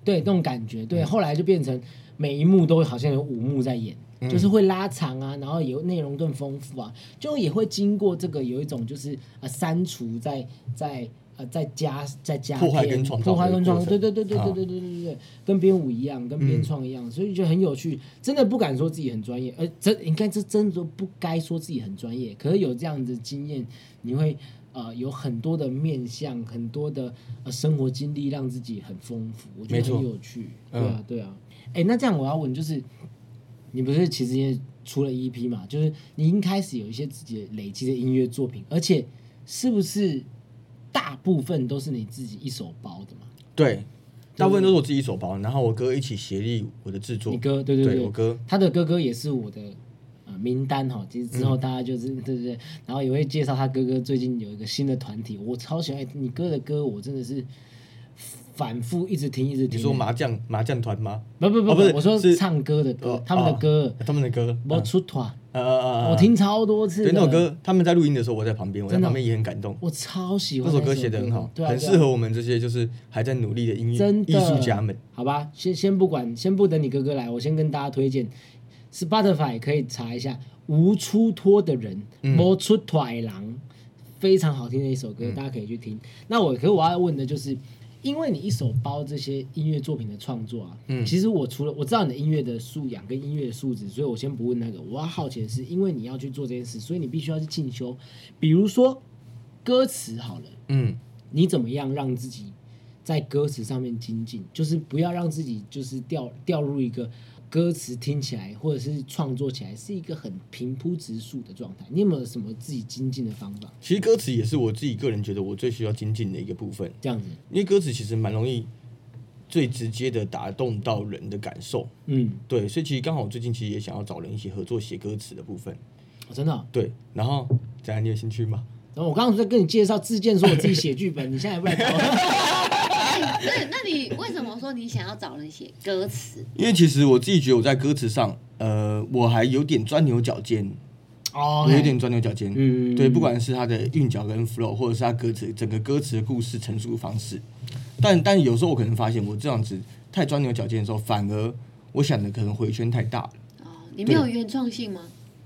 Speaker 2: 对，那种感觉，
Speaker 1: 嗯
Speaker 2: 对，后来就变成每一幕都好像有五幕在演，
Speaker 1: 嗯
Speaker 2: 就是会拉长啊，然后有内容更丰富啊，就也会经过这个有一种就是呃删除在在呃再加再加
Speaker 1: 破坏
Speaker 2: 添
Speaker 1: 跟创造
Speaker 2: 破坏
Speaker 1: 的
Speaker 2: 跟
Speaker 1: 过
Speaker 2: 创造，对
Speaker 1: 程
Speaker 2: 对对对对
Speaker 1: 啊
Speaker 2: 对对对对对，跟编舞一样，跟编创一样，所以就很有趣，真的不敢说自己很专业，呃，真应该这真的不该说自己很专业，可是有这样的经验，你会。呃，有很多的面向，很多的呃生活经历，让自己很丰富。我觉
Speaker 1: 没
Speaker 2: 得
Speaker 1: 错
Speaker 2: 很有趣。对
Speaker 1: 嗯
Speaker 2: 啊，对啊。哎、那这样我要问，就是你不是其实也出了 EP 嘛，就是你已经开始有一些自己累积的音乐作品，而且是不是大部分都是你自己一手包的嘛？
Speaker 1: 对，大部分都是我自己手包，然后我哥一起协力我的制作。
Speaker 2: 你哥，对
Speaker 1: 对
Speaker 2: 对，
Speaker 1: 我哥，
Speaker 2: 他的哥哥也是我的呃名单哈，其实之
Speaker 1: 嗯
Speaker 2: 后大家就是、 对对对，然后也会介绍他哥哥最近有一个新的团体，我超喜欢你哥的歌，我真的是反复一直听一直听。
Speaker 1: 你说麻将麻将团吗？
Speaker 2: 不不不、
Speaker 1: 哦不是
Speaker 2: 我说
Speaker 1: 是
Speaker 2: 唱歌的歌，
Speaker 1: 哦
Speaker 2: 他们的
Speaker 1: 哦
Speaker 2: 歌，
Speaker 1: 他们的歌，
Speaker 2: 我出团，
Speaker 1: 呃呃呃，
Speaker 2: 我呃哦听超多次。
Speaker 1: 对那首，歌，他们在录音的时候，我在旁边，我在
Speaker 2: 真的
Speaker 1: 旁边也很感动。
Speaker 2: 我超喜
Speaker 1: 那
Speaker 2: 欢。
Speaker 1: 首歌写的很好，
Speaker 2: 对啊，
Speaker 1: 很
Speaker 2: 对啊
Speaker 1: 适合我们这些就是还在努力的音乐
Speaker 2: 真
Speaker 1: 艺
Speaker 2: 的
Speaker 1: 术家们。。
Speaker 2: 好吧，先先不管，先不等你哥哥来，我先跟大家推荐，Spotify 可以查一下《无出脱的人》，
Speaker 1: 嗯
Speaker 2: 无出脱的狼，非常好听的一首歌，大家可以去听。
Speaker 1: 嗯
Speaker 2: 那我可是我要问的就是。因为你一手包这些音乐作品的创作啊，
Speaker 1: 嗯
Speaker 2: 其实我除了我知道你的音乐的素养跟音乐的素质，所以我先不问那个。我要好奇的是，因为你要去做这件事，所以你必须要去进修，比如说歌词好了，
Speaker 1: 嗯，
Speaker 2: 你怎么样让自己在歌词上面精进，就是不要让自己就是掉掉入一个歌词听起来或者是创作起来是一个很平铺直述的状态。你有没有什么自己精进的方法？
Speaker 1: 其实歌词也是我自己个人觉得我最需要精进的一个部分，
Speaker 2: 这样子，
Speaker 1: 因为歌词其实蛮容易最直接的打动到人的感受。
Speaker 2: 嗯，
Speaker 1: 对，所以其实刚好我最近其实也想要找人一起合作写歌词的部分。
Speaker 2: 哦真的哦、
Speaker 1: 对，然后怎样？你有兴趣吗？
Speaker 2: 然后我刚刚在跟你介绍自荐，说我自己写剧本，你现在也不来找 我。
Speaker 3: 哎那那你为什么说你想要找人写歌词？
Speaker 1: 因为其实我自己觉得我在歌词上，呃，我还有点钻牛角尖，
Speaker 2: 哦
Speaker 1: 我有点钻牛角尖。
Speaker 2: 嗯
Speaker 1: 对，不管是它的韵脚跟 flow，或者是它歌词整个歌词的故事陈述方式，但但有时候我可能发现我这样子太钻牛角尖的时候，反而我想的可能回圈太大了，
Speaker 3: 哦，你没有原创性吗？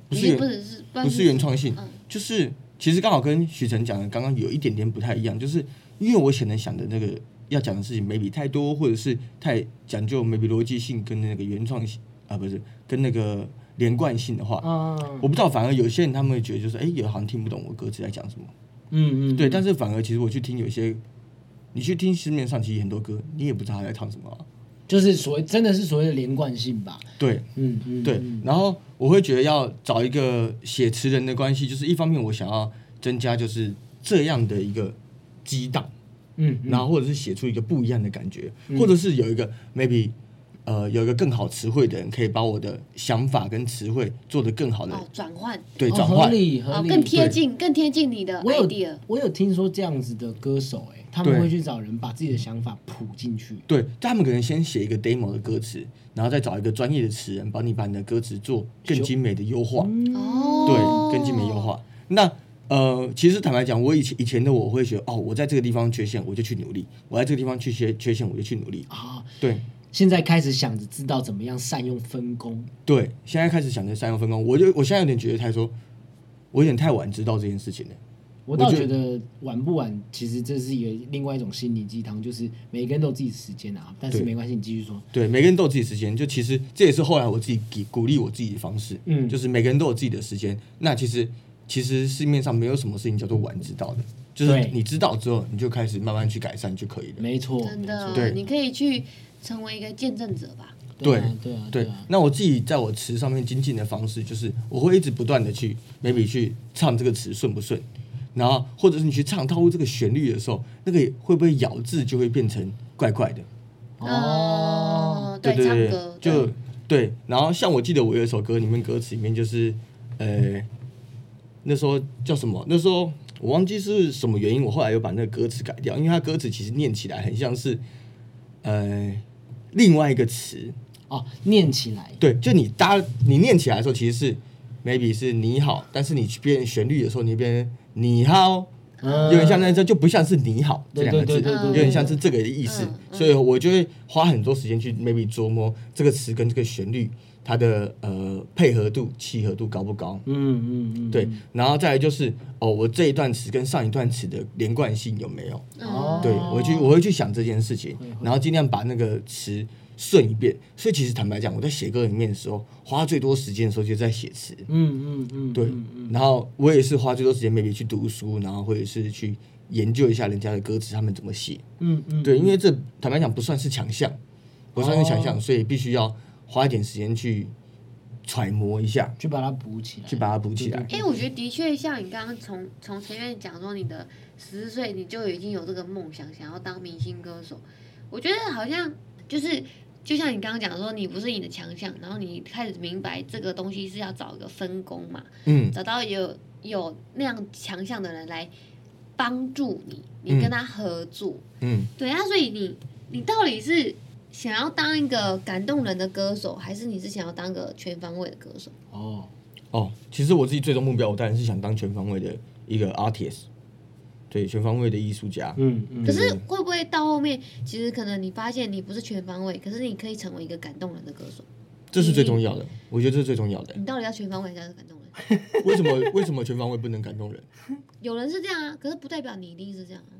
Speaker 1: 不是
Speaker 3: 你
Speaker 1: 原
Speaker 3: 不只是
Speaker 1: 不是原创性
Speaker 3: 嗯，
Speaker 1: 就是其实刚好跟许晨讲的刚刚有一点点不太一样，就是因为我可能想的那个要讲的事情 maybe 太多，或者是太讲究 maybe 逻辑性跟那个原创性啊，不是跟那个连贯性的话，
Speaker 2: 啊，
Speaker 1: 我不知道，反而有些人他们会觉得就是哎，有好像听不懂我歌词在讲什么。
Speaker 2: 嗯嗯，
Speaker 1: 对，但是反而其实我去听有些，你去听市面上其实很多歌，你也不知道他在唱什么啊、
Speaker 2: 就是所谓真的是所谓的连贯性吧。
Speaker 1: 对
Speaker 2: 嗯嗯，
Speaker 1: 对
Speaker 2: 嗯，
Speaker 1: 然后我会觉得要找一个写词人的关系，就是一方面我想要增加就是这样的一个激荡，
Speaker 2: 嗯，嗯
Speaker 1: 然后或者是写出一个不一样的感觉，或者是有一个 maybe。呃，有一个更好词汇的人，可以把我的想法跟词汇做得更好的、
Speaker 3: 哦，转换
Speaker 1: 对转
Speaker 2: 哦合
Speaker 1: 换，
Speaker 2: 理合
Speaker 3: 哦，
Speaker 2: 理，
Speaker 3: 更贴近，更贴近你的
Speaker 2: 我有
Speaker 3: idea。
Speaker 2: 我有听说这样子的歌手、欸，他们
Speaker 1: 对
Speaker 2: 会去找人把自己的想法谱进去。
Speaker 1: 对，但他们可能先写一个 demo 的歌词，然后再找一个专业的词人帮你把你的歌词做更
Speaker 2: 修
Speaker 1: 精美的优化。
Speaker 3: 哦，
Speaker 1: 对，跟精美优。化。那呃，其实坦白讲，我以前以前的我会觉得，哦，我在这个地方缺陷，我就去努力；我在这个地方缺缺缺陷，我就去努力。
Speaker 2: 啊，
Speaker 1: 对
Speaker 2: 现在开始想着知道怎么样善用分工。
Speaker 1: 对，现在开始想着三个分工，我就我现在有点觉得太说，我有点太晚知道这件事情了。
Speaker 2: 我倒觉得晚不晚，其实这是一个另外一种心灵鸡汤，就是每个人都有自己时间啊，但是
Speaker 1: 对
Speaker 2: 没关系，你继续说。
Speaker 1: 对，每个人都有自己时间，就其实这也是后来我自己给鼓励我自己的方式。
Speaker 2: 嗯
Speaker 1: 就是每个人都有自己的时间。那其实其实市面上没有什么事情叫做晚知道的，就是
Speaker 2: 对
Speaker 1: 你知道之后，你就开始慢慢去改善就可以了。
Speaker 2: 没错，
Speaker 3: 真的，
Speaker 1: 对
Speaker 3: 你可以去成为一个见证者吧。
Speaker 2: 对
Speaker 1: 对
Speaker 2: 啊对啊
Speaker 1: 对
Speaker 2: 啊，
Speaker 1: 那我自己在我词上面精进的方式，就是我会一直不断的去 maybe 去唱这个词顺不顺，然后或者是你去唱套入这个旋律的时候，那个会不会咬字就会变成怪怪的？
Speaker 2: 哦，
Speaker 3: 哦对，
Speaker 1: 对
Speaker 3: 唱
Speaker 1: 对
Speaker 3: 歌，
Speaker 1: 就
Speaker 3: 对
Speaker 1: 对。然后像我记得我有一首歌，里面歌词里面就是，呃，那时候叫什么？那时候我忘记是什么原因，我后来又把那个歌词改掉，因为它歌词其实念起来很像是，呃，另外一个词。
Speaker 2: 哦，念起来，
Speaker 1: 对，就你搭你念起来的时候，其实是 maybe 是你好，但是你去变旋律的时候，你变你好，
Speaker 2: 嗯
Speaker 1: 有点像那这就不像是你好这
Speaker 2: 对
Speaker 1: 两个字，
Speaker 2: 对对对对
Speaker 1: 有点像是这个意思。
Speaker 3: 嗯
Speaker 1: 所以我就会花很多时间去 maybe 琢磨这个词跟这个旋律它的呃配合度、契合度高不高。
Speaker 2: 嗯嗯嗯，
Speaker 1: 对，然后再来就是哦，我这一段词跟上一段词的连贯性有没有？
Speaker 2: 哦，
Speaker 1: 对我去我会去想这件事情
Speaker 2: 会会，
Speaker 1: 然后尽量把那个词顺一遍。所以其实坦白讲，我在写歌里面的时候，花最多时间的时候就在写词。
Speaker 2: 嗯嗯嗯，
Speaker 1: 对，
Speaker 2: 嗯
Speaker 1: 然后我也是花最多时间 maybe 去读书，然后或者是去研究一下人家的歌词他们怎么写。
Speaker 2: 嗯嗯，
Speaker 1: 对，因为这坦白讲不算是强项，不算是强项，
Speaker 2: 哦
Speaker 1: 所以必须要花一点时间去揣摩一下，
Speaker 2: 去把它补起来，
Speaker 1: 去把它补起来。
Speaker 3: 哎、我觉得的确像你刚刚从从前面讲说，你的十四岁你就已经有这个梦想，想要当明星歌手。我觉得好像就是就像你刚刚讲说，你不是你的强项，然后你开始明白这个东西是要找一个分工嘛，
Speaker 1: 嗯，
Speaker 3: 找到有有那样强项的人来帮助你，你跟他合作。
Speaker 1: 嗯，
Speaker 3: 对啊，所以你你到底是想要当一个感动人的歌手，还是你是想要当个全方位的歌手？
Speaker 2: 哦，
Speaker 1: 哦，其实我自己最终目标，我当然是想当全方位的一个 artist，对，全方位的艺术家。
Speaker 2: 嗯嗯
Speaker 3: 可是会不会到后面，其实可能你发现你不是全方位，可是你可以成为一个感动人的歌手。
Speaker 1: 这是最重要的，
Speaker 2: 嗯
Speaker 1: 我觉得这是最重要的。
Speaker 3: 你到底要全方位还是感动人？
Speaker 1: 为什么 为什么全方位不能感动人？
Speaker 3: 有人是这样啊，可是不代表你一定是这样啊。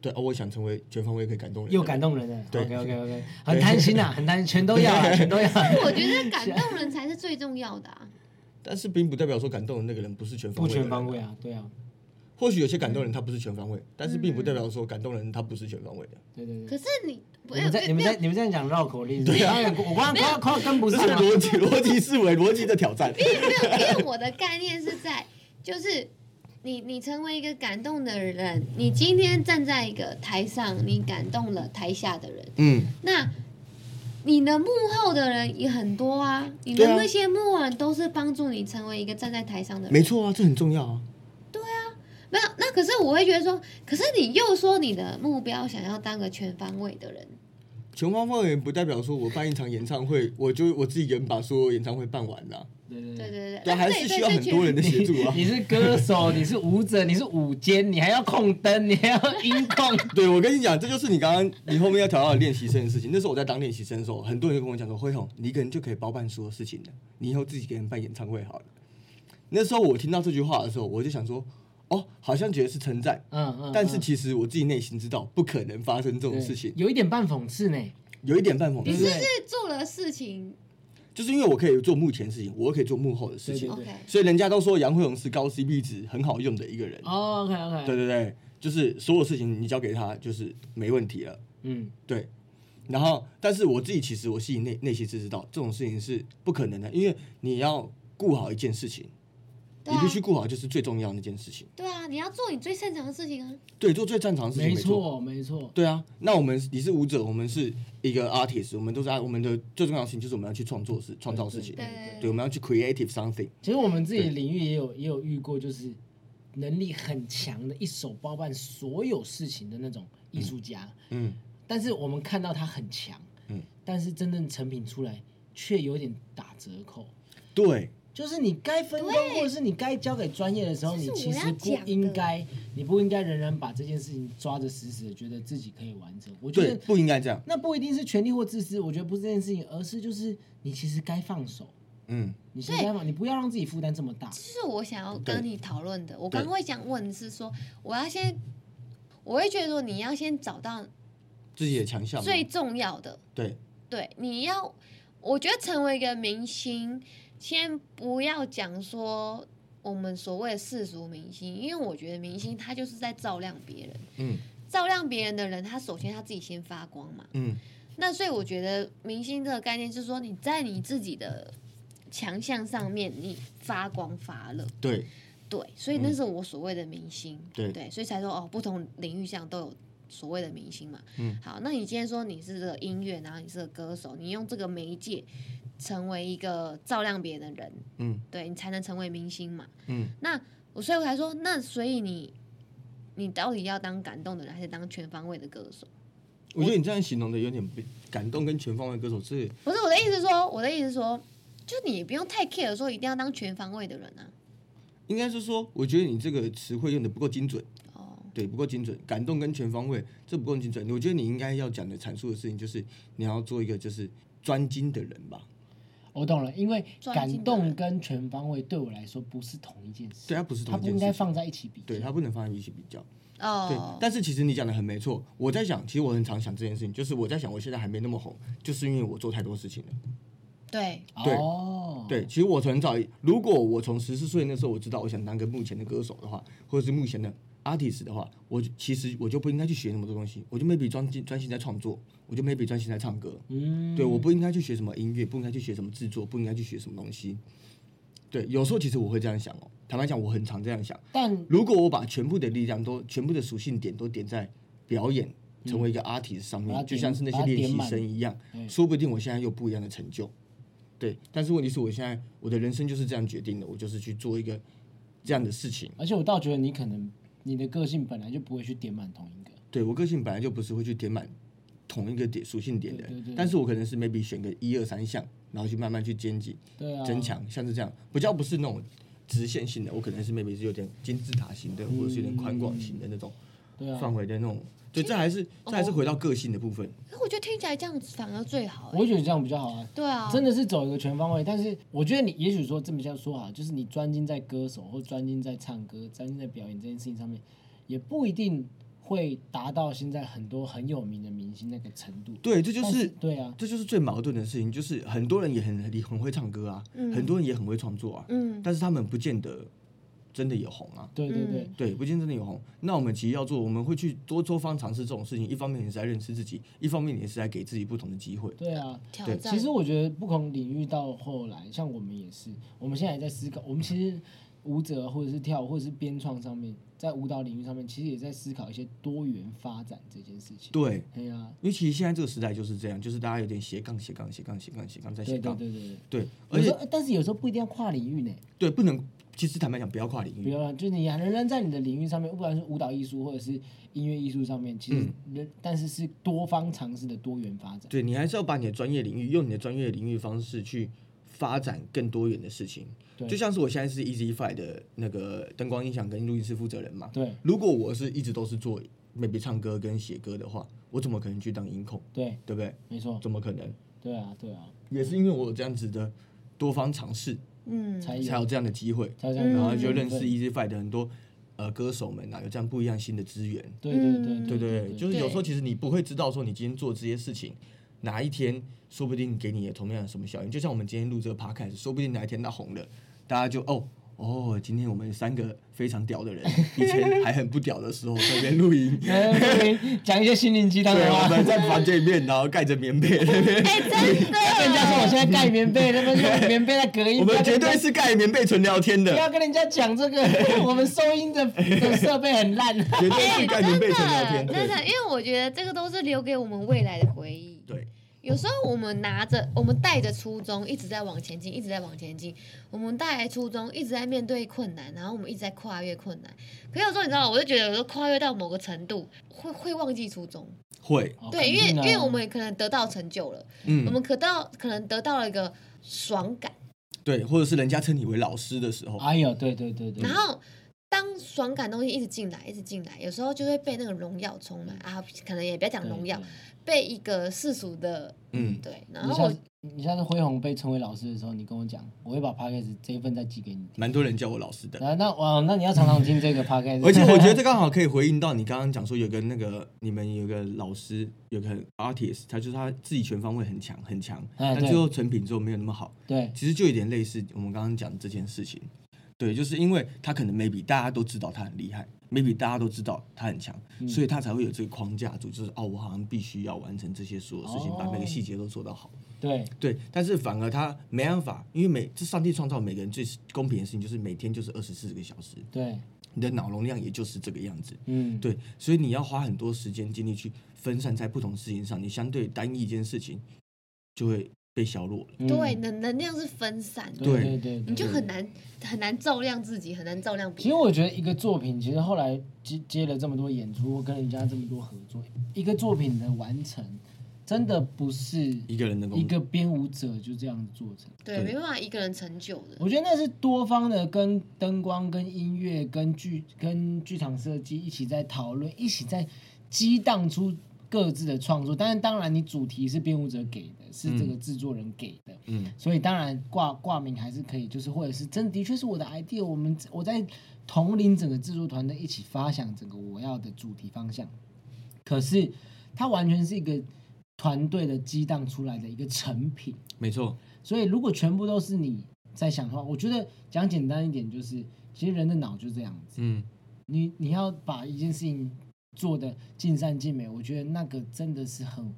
Speaker 1: 对，哦，我想成为全方位可以感动人，
Speaker 2: 又感动人了。
Speaker 1: 对
Speaker 2: OK OK OK，很贪心 啊，很贪，全都要啊，全都要啊。
Speaker 3: 我觉得感动人才是最重要 的啊。
Speaker 1: 但是并不代表说感动的那个人不是全方
Speaker 2: 不
Speaker 1: 位。
Speaker 2: 全方位。嗯啊，对啊，
Speaker 1: 或许有些感动人他不是全方位，但是并不代表说感动人他不是全方位的。
Speaker 2: 对对
Speaker 3: 可
Speaker 2: 对。
Speaker 3: 是你不
Speaker 2: 你们在你们在你们这样讲绕口令，对啊，我刚刚刚跟不
Speaker 1: 这
Speaker 2: 上
Speaker 1: 是
Speaker 2: 啊。
Speaker 1: 逻辑 逻辑思维逻辑的挑 战。
Speaker 3: 没有，因为我的概念是在，就是你你成为一个感动的人，你今天站在一个台上，你感动了台下的人，
Speaker 1: 嗯，
Speaker 3: 那你的幕后的人也很多啊，你的
Speaker 1: 对啊
Speaker 3: 那些幕后人都是帮助你成为一个站在台上的人。
Speaker 1: 没错啊，这很重要啊。
Speaker 3: 没有，那可是我会觉得说，可是你又说你的目标想要当个全方位的人，
Speaker 1: 全方位不代表说我办一场演唱会，我就我自己人把所有演唱会办完了、
Speaker 2: 对对
Speaker 3: 对
Speaker 2: 对。
Speaker 3: 对对，
Speaker 1: 嗯对，啊
Speaker 3: 那
Speaker 1: 还
Speaker 3: 这
Speaker 1: 是
Speaker 3: 也
Speaker 1: 需
Speaker 3: 对
Speaker 1: 要很多人的协助啊。
Speaker 2: 你是歌手，你是舞者，你是舞监，你还要控灯，你还要音 控，
Speaker 1: 对，我跟你讲，这就是你刚刚你后面要调到的练习生的事情。那时候我在当练习生的时候，很多人就跟我讲说：“辉宏，你一个人就可以包办所有事情的，你以后自己一个人办演唱会好了。”那时候我听到这句话的时候，我就想说：“哦，好像觉得是称赞，
Speaker 2: 嗯嗯。
Speaker 1: 但是
Speaker 2: 嗯
Speaker 1: 其实我自己内心知道不可能发生这种
Speaker 2: 对
Speaker 1: 事情，
Speaker 2: 有一点半讽刺呢。
Speaker 1: 有一点半讽
Speaker 3: 你
Speaker 1: 刺，
Speaker 3: 是
Speaker 1: 就
Speaker 3: 不
Speaker 1: 是
Speaker 3: 是做了事情
Speaker 1: 就是因为我可以做幕前的事情，我也可以做幕后的事情
Speaker 2: 对，
Speaker 3: ？OK，
Speaker 1: 所以人家都说杨慧荣是高 CP 值很好用的一个人。
Speaker 2: 哦，OK OK。
Speaker 1: 对对对，就是所有事情你交给他就是没问题了。
Speaker 2: 嗯，
Speaker 1: 对，然后但是我自己其实我心里内内心是知道这种事情是不可能的，因为你要顾好一件事情，
Speaker 3: 对
Speaker 1: 你
Speaker 3: 啊
Speaker 1: 必，须顾好就是最重要的那件事情。
Speaker 3: 对啊，你要做你最擅长的事情啊。
Speaker 1: 对，做最擅长的事情
Speaker 2: 没
Speaker 1: 没错。
Speaker 2: 错没错。
Speaker 1: 对啊，那我们你是舞者，我们是一个 artist，我们都是啊我们的最重要的事情就是我们要去创作事、创造事情，
Speaker 3: 对
Speaker 1: 对，我们要去 creative something。
Speaker 2: 其实我们自己的领域也有也有遇过，就是能力很强的，一手包办所有事情的那种艺术家。
Speaker 1: 嗯，
Speaker 2: 但是我们看到他很强，
Speaker 1: 嗯，
Speaker 2: 但是真正成品出来却有点打折扣。
Speaker 1: 对，
Speaker 2: 就是你该分工，或者是你该交给专业的时候，
Speaker 3: 这
Speaker 2: 你
Speaker 3: 是
Speaker 2: 其
Speaker 3: 我
Speaker 2: 实
Speaker 3: 要
Speaker 2: 不
Speaker 3: 讲的
Speaker 2: 应该，你不应该仍然把这件事情抓得死死的，觉得自己可以完成。我觉
Speaker 1: 对，
Speaker 2: 得
Speaker 1: 不应该这样。
Speaker 2: 那不一定是权利或自私，我觉得不是这件事情，而是就是你其实该放手，
Speaker 1: 嗯，
Speaker 2: 你其实该放，你不要让自己负担这么大。
Speaker 3: 这是我想要
Speaker 1: 对
Speaker 3: 跟你讨论的。我刚
Speaker 1: 对
Speaker 3: 刚会想问是说，我要先，我会觉得说你要先找到
Speaker 1: 自己的强项嘛。
Speaker 3: 最重要的，
Speaker 1: 对，
Speaker 3: 对，你要，我觉得成为一个明星，先不要讲说我们所谓的世俗明星，因为我觉得明星他就是在照亮别人，
Speaker 1: 嗯
Speaker 3: 照亮别人的人，他首先他自己先发光嘛。
Speaker 1: 嗯，
Speaker 3: 那所以我觉得明星这个概念就是说你在你自己的强项上面你发光发热，
Speaker 1: 对
Speaker 3: 对，所以那是我所谓的明星，
Speaker 1: 对
Speaker 3: 对，所以才说哦，不同领域上都有所谓的明星嘛。
Speaker 1: 嗯，
Speaker 3: 好，那你今天说你是这个音乐，然后你是个歌手，你用这个媒介成为一个照亮别人的人，
Speaker 1: 嗯
Speaker 3: 对你才能成为明星嘛。
Speaker 1: 嗯，
Speaker 3: 那我所以我才说，那所以你你到底要当感动的人，还是当全方位的歌手？
Speaker 1: 我觉得你这样形容的有点不感动，跟全方位歌手是
Speaker 3: 不是我的意思是说，我的意思是说，就你也不用太 care 说一定要当全方位的人啊。
Speaker 1: 应该是说，我觉得你这个词汇用的不够精准，
Speaker 3: 哦，
Speaker 1: 对，不够精准，感动跟全方位这不够精准。我觉得你应该要讲的阐述的事情就是，你要做一个就是专精的人吧，
Speaker 2: 我懂了，因为
Speaker 3: 专
Speaker 2: 感
Speaker 3: 精的
Speaker 2: 动
Speaker 3: 人
Speaker 2: 跟全方位对我来说不是同一件事，
Speaker 1: 对，它不是
Speaker 2: 它
Speaker 1: 同一
Speaker 2: 不
Speaker 1: 件
Speaker 2: 应
Speaker 1: 事
Speaker 2: 该
Speaker 1: 情，
Speaker 2: 放在一起比较。
Speaker 1: 对，它不能放在一起比较。对
Speaker 3: 哦，，
Speaker 1: 但是其实你讲的很没错，我在想，其实我很常想这件事情，就是我在想我现在还没那么红，就是因为我做太多事情了。
Speaker 3: 对，
Speaker 1: 对
Speaker 2: 哦，
Speaker 1: 对，其实我很早，如果我从十四岁那时候我知道我想当个目前的歌手的话，或者是目前的 artist 的话，我就其实我就不应该去学那么多东西，我就 maybe 专心专心在创作，我就 maybe 专心在唱歌。
Speaker 2: 嗯，
Speaker 1: 对，我不应该去学什么音乐，不应该去学什么制作，不应该去学什么东西。对，有时候其实我会这样想哦，坦白讲，我很常这样想。
Speaker 2: 但
Speaker 1: 如果我把全部的力量都、全部的属性点都点在表演，成为一个 artist 上面，
Speaker 2: 嗯把它
Speaker 1: 就
Speaker 2: 点
Speaker 1: 像是那
Speaker 2: 把
Speaker 1: 些
Speaker 2: 它
Speaker 1: 练
Speaker 2: 点
Speaker 1: 习
Speaker 2: 满
Speaker 1: 生一样，
Speaker 2: 嗯
Speaker 1: 说不定我现在有不一样的成就。对，但是问题是我现在我的人生就是这样决定的，我就是去做一个这样的事情。
Speaker 2: 而且我倒觉得你可能你的个性本来就不会去点满同一个，
Speaker 1: 对我个性本来就不是会去填满同一个点属性点的
Speaker 2: 对对对，
Speaker 1: 但是我可能是 maybe 选个一二三项，然后去慢慢去兼进。
Speaker 2: 对啊，
Speaker 1: 增强，像是这样，比较不是那种直线性的，我可能是 maybe 是有点金字塔型的，或者是有点宽广型的那种
Speaker 2: 对啊，
Speaker 1: 范围的那种。对，这还是
Speaker 3: 哦
Speaker 1: 这还是回到个性的部分。
Speaker 3: 可我觉得听起来这样子反而最好、
Speaker 2: 我
Speaker 3: 欸。
Speaker 2: 会觉得这样比较好啊。
Speaker 3: 对啊，
Speaker 2: 真的是走一个全方位，但是我觉得你也许说这么这样说好，就是你专精在歌手或专精在唱歌、专精在表演这件事情上面，也不一定会达到现在很多很有名的明星那个程度。
Speaker 1: 对，这就
Speaker 2: 但
Speaker 3: 哦
Speaker 1: 是
Speaker 2: 对啊，
Speaker 1: 这就是最矛盾的事情，就是很多人也很很很会唱歌啊，
Speaker 3: 嗯
Speaker 1: 很多人也很会创作啊，
Speaker 3: 嗯，
Speaker 1: 但是他们不见得真的有红啊。
Speaker 2: 对对对，
Speaker 1: 对，不见真的有红。那我们其实要做，我们会去多多方尝试这种事情。一方面也是在认识自己，一方面也是在给自己不同的机会。
Speaker 2: 对啊。
Speaker 3: 挑
Speaker 1: 对
Speaker 3: 战。
Speaker 2: 其实我觉得不同领域到后来，像我们也是，我们现在也在思考，我们其实舞者或者是跳舞或者是编创上面，在舞蹈领域上面，其实也在思考一些多元发展这件事情。
Speaker 1: 对，
Speaker 2: 对啊，
Speaker 1: 因为其实现在这个时代就是这样，就是大家有点斜杠、斜杠、斜杠、斜杠、斜杠再斜
Speaker 2: 对对
Speaker 1: 杠。
Speaker 2: 对对对。
Speaker 1: 对，而
Speaker 2: 有时
Speaker 1: 且
Speaker 2: 候，但是有时候不一定要跨领域呢。
Speaker 1: 对，不能，其实坦白讲，不要跨领
Speaker 2: 比
Speaker 1: 域。
Speaker 2: 如说，就是你仍然在你的领域上面，不管是舞蹈艺术或者是音乐艺术上面，其实
Speaker 1: 嗯
Speaker 2: 人、但是是多方尝试的多元发展。
Speaker 1: 对你还是要把你的专业领域，用你的专业领域方式去发展更多元的事情。
Speaker 2: 对
Speaker 1: 就像是我现在是 Easy Five 的那个灯光音响跟录音师负责人嘛。
Speaker 2: 对
Speaker 1: 如果我是一直都是做 maybe 唱歌跟写歌的话，我怎么可能去当音控？
Speaker 2: 对，
Speaker 1: 对不对？
Speaker 2: 没错，
Speaker 1: 怎么可能？
Speaker 2: 对啊，对啊，
Speaker 1: 也是因为我有这样子的多方尝试，
Speaker 3: 嗯，
Speaker 2: 才
Speaker 1: 才有
Speaker 2: 有
Speaker 1: 这样的机会。
Speaker 2: 才有这样的
Speaker 1: 然
Speaker 2: 缘
Speaker 1: 后
Speaker 2: 分，
Speaker 1: 就认识 Easy Five 的很多呃歌手们啊，有这样不一样新的资源。
Speaker 2: 对对
Speaker 3: 嗯
Speaker 1: 对对
Speaker 2: 对
Speaker 1: 对，
Speaker 2: 对，
Speaker 1: 就是有时候
Speaker 3: 对
Speaker 1: 其实你不会知道说你今天做这些事情，哪一天说不定给你也同样的什么效应。就像我们今天录这个 podcast，说不定哪一天它红了，大家就哦。哦，今天我们三个非常屌的人，以前还很不屌的时候在那边录音，
Speaker 2: 呃对讲一些心灵鸡汤
Speaker 1: 对，
Speaker 2: 的
Speaker 1: 我
Speaker 2: 话。
Speaker 1: 们在房间里面，然后盖着棉被在那边
Speaker 3: 哎、真的，
Speaker 2: 跟人家说我现在盖棉 被，那么用棉被在隔音。
Speaker 1: 我
Speaker 2: 不要
Speaker 1: 们
Speaker 2: 跟
Speaker 1: 绝
Speaker 2: 人家
Speaker 1: 对是盖棉被纯聊天的
Speaker 2: 不，要跟人家讲这个， 我们收音的的设备很烂。
Speaker 1: 绝对是盖棉被纯聊
Speaker 3: 哎真
Speaker 1: 天，
Speaker 3: 的，真的，
Speaker 1: 对
Speaker 3: 因为我觉得这个都是留给我们未来的回忆。
Speaker 1: 对，
Speaker 3: 有时候我们拿着，我们带着初衷一直在往前进，一直在往前进。我们带来初衷，一直在面对困难，然后我们一直在跨越困难。可有时候你知道，我就觉得有时候跨越到某个程度，会会忘记初衷。
Speaker 1: 会，
Speaker 2: 哦
Speaker 3: 对，因
Speaker 2: 肯
Speaker 3: 为
Speaker 2: 定
Speaker 3: 因
Speaker 2: 啊
Speaker 3: 为我们可能得到成就了，我
Speaker 1: 嗯，
Speaker 3: 们可到可能得到了一个爽感，
Speaker 1: 对，或者是人家称你为老师的时候，
Speaker 2: 哎呦，对对对对，
Speaker 3: 然后。当爽感东西一直进来，一直进来，有时候就会被那个荣耀充满啊，可能也不要讲
Speaker 2: 对
Speaker 3: 荣耀
Speaker 2: 对，
Speaker 3: 被一个世俗的
Speaker 1: 嗯，
Speaker 3: 对，然
Speaker 2: 你
Speaker 3: 后
Speaker 2: 下
Speaker 3: 我
Speaker 2: 次你下次恢宏被称为老师的时候，你跟我讲，我会把 podcast 这一份再寄给你。
Speaker 1: 蛮多人叫我老师的。
Speaker 3: 嗯
Speaker 2: 啊，那哇，那你要常常听这个 podcast。
Speaker 1: 而且我觉 得这刚好可以回应到你刚刚讲说有个那个你们有个老师有个 artist，他就是他自己全方位很强很
Speaker 3: 啊
Speaker 1: 强，
Speaker 2: 哎
Speaker 1: 但
Speaker 2: 对
Speaker 1: 最后成品之后没有那么好，
Speaker 2: 对
Speaker 1: 其实就有点类似我们刚刚讲的这件事情。对，就是因为他可能 maybe 大家都知道他很厉害，maybe 大家都知道他很强，
Speaker 3: 嗯
Speaker 1: 所以他才会有这个框架住，就是哦，我好像必须要完成这些所有事
Speaker 3: 哦
Speaker 1: 情，把每个细节都做到好。
Speaker 2: 对
Speaker 1: 对，但是反而他没办法，因为每这上帝创造每个人最公平的事情就是每天就是二十四个小时，
Speaker 2: 对，
Speaker 1: 你的脑容量也就是这个样子。
Speaker 2: 嗯，
Speaker 1: 对，所以你要花很多时间精力去分散在不同事情上，你相对单一一件事情就会被削弱了。
Speaker 2: 嗯
Speaker 3: 对，能能量是分散的，
Speaker 1: 对
Speaker 2: 对对，
Speaker 3: 你就
Speaker 2: 对
Speaker 3: 很难很难照亮自己，很难照亮
Speaker 2: 其
Speaker 3: 别
Speaker 2: 实
Speaker 3: 人。
Speaker 2: 我觉得一个作品，其实后来接接了这么多演出，跟人家这么多合作，一个作品的完成，真的不是
Speaker 1: 一个人能够
Speaker 2: 一个编舞者就这样做成。
Speaker 3: 对，没办法一个人成就的。
Speaker 2: 我觉得那是多方的，跟灯光、跟音乐、跟剧、跟剧场设计一起在讨论，一起在激荡出各自的创作。但是当然，你主题是编舞者给的，是这个制作人给的，
Speaker 1: 嗯，
Speaker 2: 所以当然挂挂名还是可以，就是或者是真的确是我的 idea，我们我在统领整个制作团队一起发想整个我要的主题方向。可是它完全是一个团队的激荡出来的一个成品。
Speaker 1: 没错，
Speaker 2: 所以如果全部都是你在想的话，我觉得讲简单一点，就是其实人的脑就这样子，
Speaker 1: 嗯，
Speaker 2: 你你要把一件事情做的尽善尽美，我觉得那个真的是很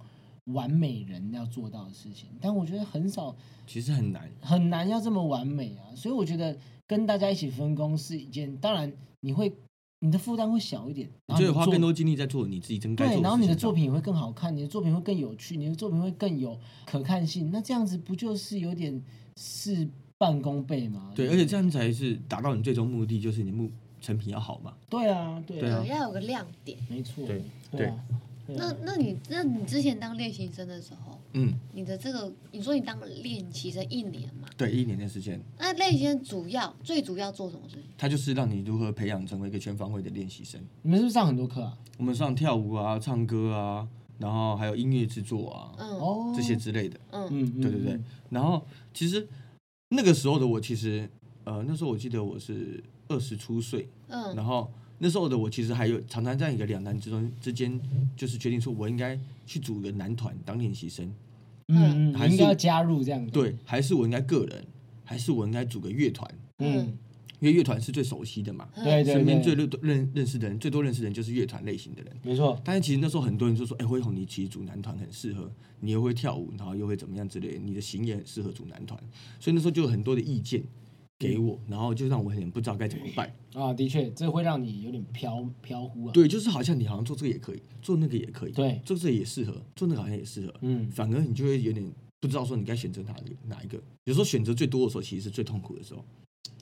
Speaker 2: 完美人要做到的事情。但我觉得很少
Speaker 1: 其实很难。
Speaker 2: 很难要这么完美啊，所以我觉得跟大家一起分工是一件，当然你会你的负担会小一点，
Speaker 1: 你
Speaker 2: 然后
Speaker 1: 就
Speaker 2: 你
Speaker 1: 得花
Speaker 2: 做
Speaker 1: 更多精力在做你自己真该做
Speaker 2: 对，
Speaker 1: 的
Speaker 2: 然后
Speaker 1: 事
Speaker 2: 你的
Speaker 1: 情上啊
Speaker 2: 作品也会更好看，你的作品会更有趣，你的作品会更有可看性，那这样子不就是有点事半功倍吗？
Speaker 1: 对，
Speaker 2: 不
Speaker 1: 而且这样才是达到你最终目的，就是你的目成品要好嘛。
Speaker 2: 对啊，对
Speaker 1: 对啊
Speaker 2: 啊，
Speaker 5: 要有个亮点。
Speaker 2: 没错，
Speaker 1: 对
Speaker 2: 对啊，对啊
Speaker 5: 那那你那你之前当练习生的时候，
Speaker 1: 嗯，
Speaker 5: 你的这个你说你当练习生一年嘛？
Speaker 1: 对，一年的时间，
Speaker 5: 那练习生主要最主要做什么事情？
Speaker 1: 它就是让你如何培养成为一个全方位的练习生。
Speaker 2: 你们是不是上很多课啊？
Speaker 1: 我们上跳舞啊、唱歌啊，然后还有音乐制作啊、
Speaker 5: 嗯
Speaker 2: 哦，
Speaker 1: 这些，之类的。
Speaker 5: 嗯
Speaker 2: 嗯，嗯
Speaker 1: 对对对，。然后其实那个时候的我，其实呃那时候我记得我是二十出岁，
Speaker 5: 嗯
Speaker 1: 然后那时候的我其实还有常常在一个两难之中之间，就是决定说我应该去组一个男团当练习生，
Speaker 2: 嗯，嗯
Speaker 1: 还
Speaker 2: 你应
Speaker 1: 是
Speaker 2: 该要加入这样子，
Speaker 1: 对，还是我应该个人，还是我应该组个乐团，
Speaker 2: 嗯，
Speaker 1: 因为乐团是最熟悉的嘛，
Speaker 2: 对对
Speaker 1: 身边最
Speaker 2: 对，
Speaker 1: 认认认识的人最多认识的人就是乐团类型的人。
Speaker 2: 没错，
Speaker 1: 但是其实那时候很多人就说，哎、辉宏你其实组男团很适合，你又会跳舞，然后又会怎么样之类的，你的型也很适合组男团，所以那时候就有很多的意见给我，
Speaker 2: 嗯
Speaker 1: 然后就让我有点不知道该怎么办。
Speaker 2: 啊，的确，这会让你有点飘飘忽啊。
Speaker 1: 对，就是好像你好像做这个也可以，做那个也可以，
Speaker 2: 对
Speaker 1: 做这个也适合，做那个好像也适合，
Speaker 2: 嗯，
Speaker 1: 反而你就会有点不知道说你该选择哪一个哪一个。有时候选择最多的时候，其实是最痛苦的时候。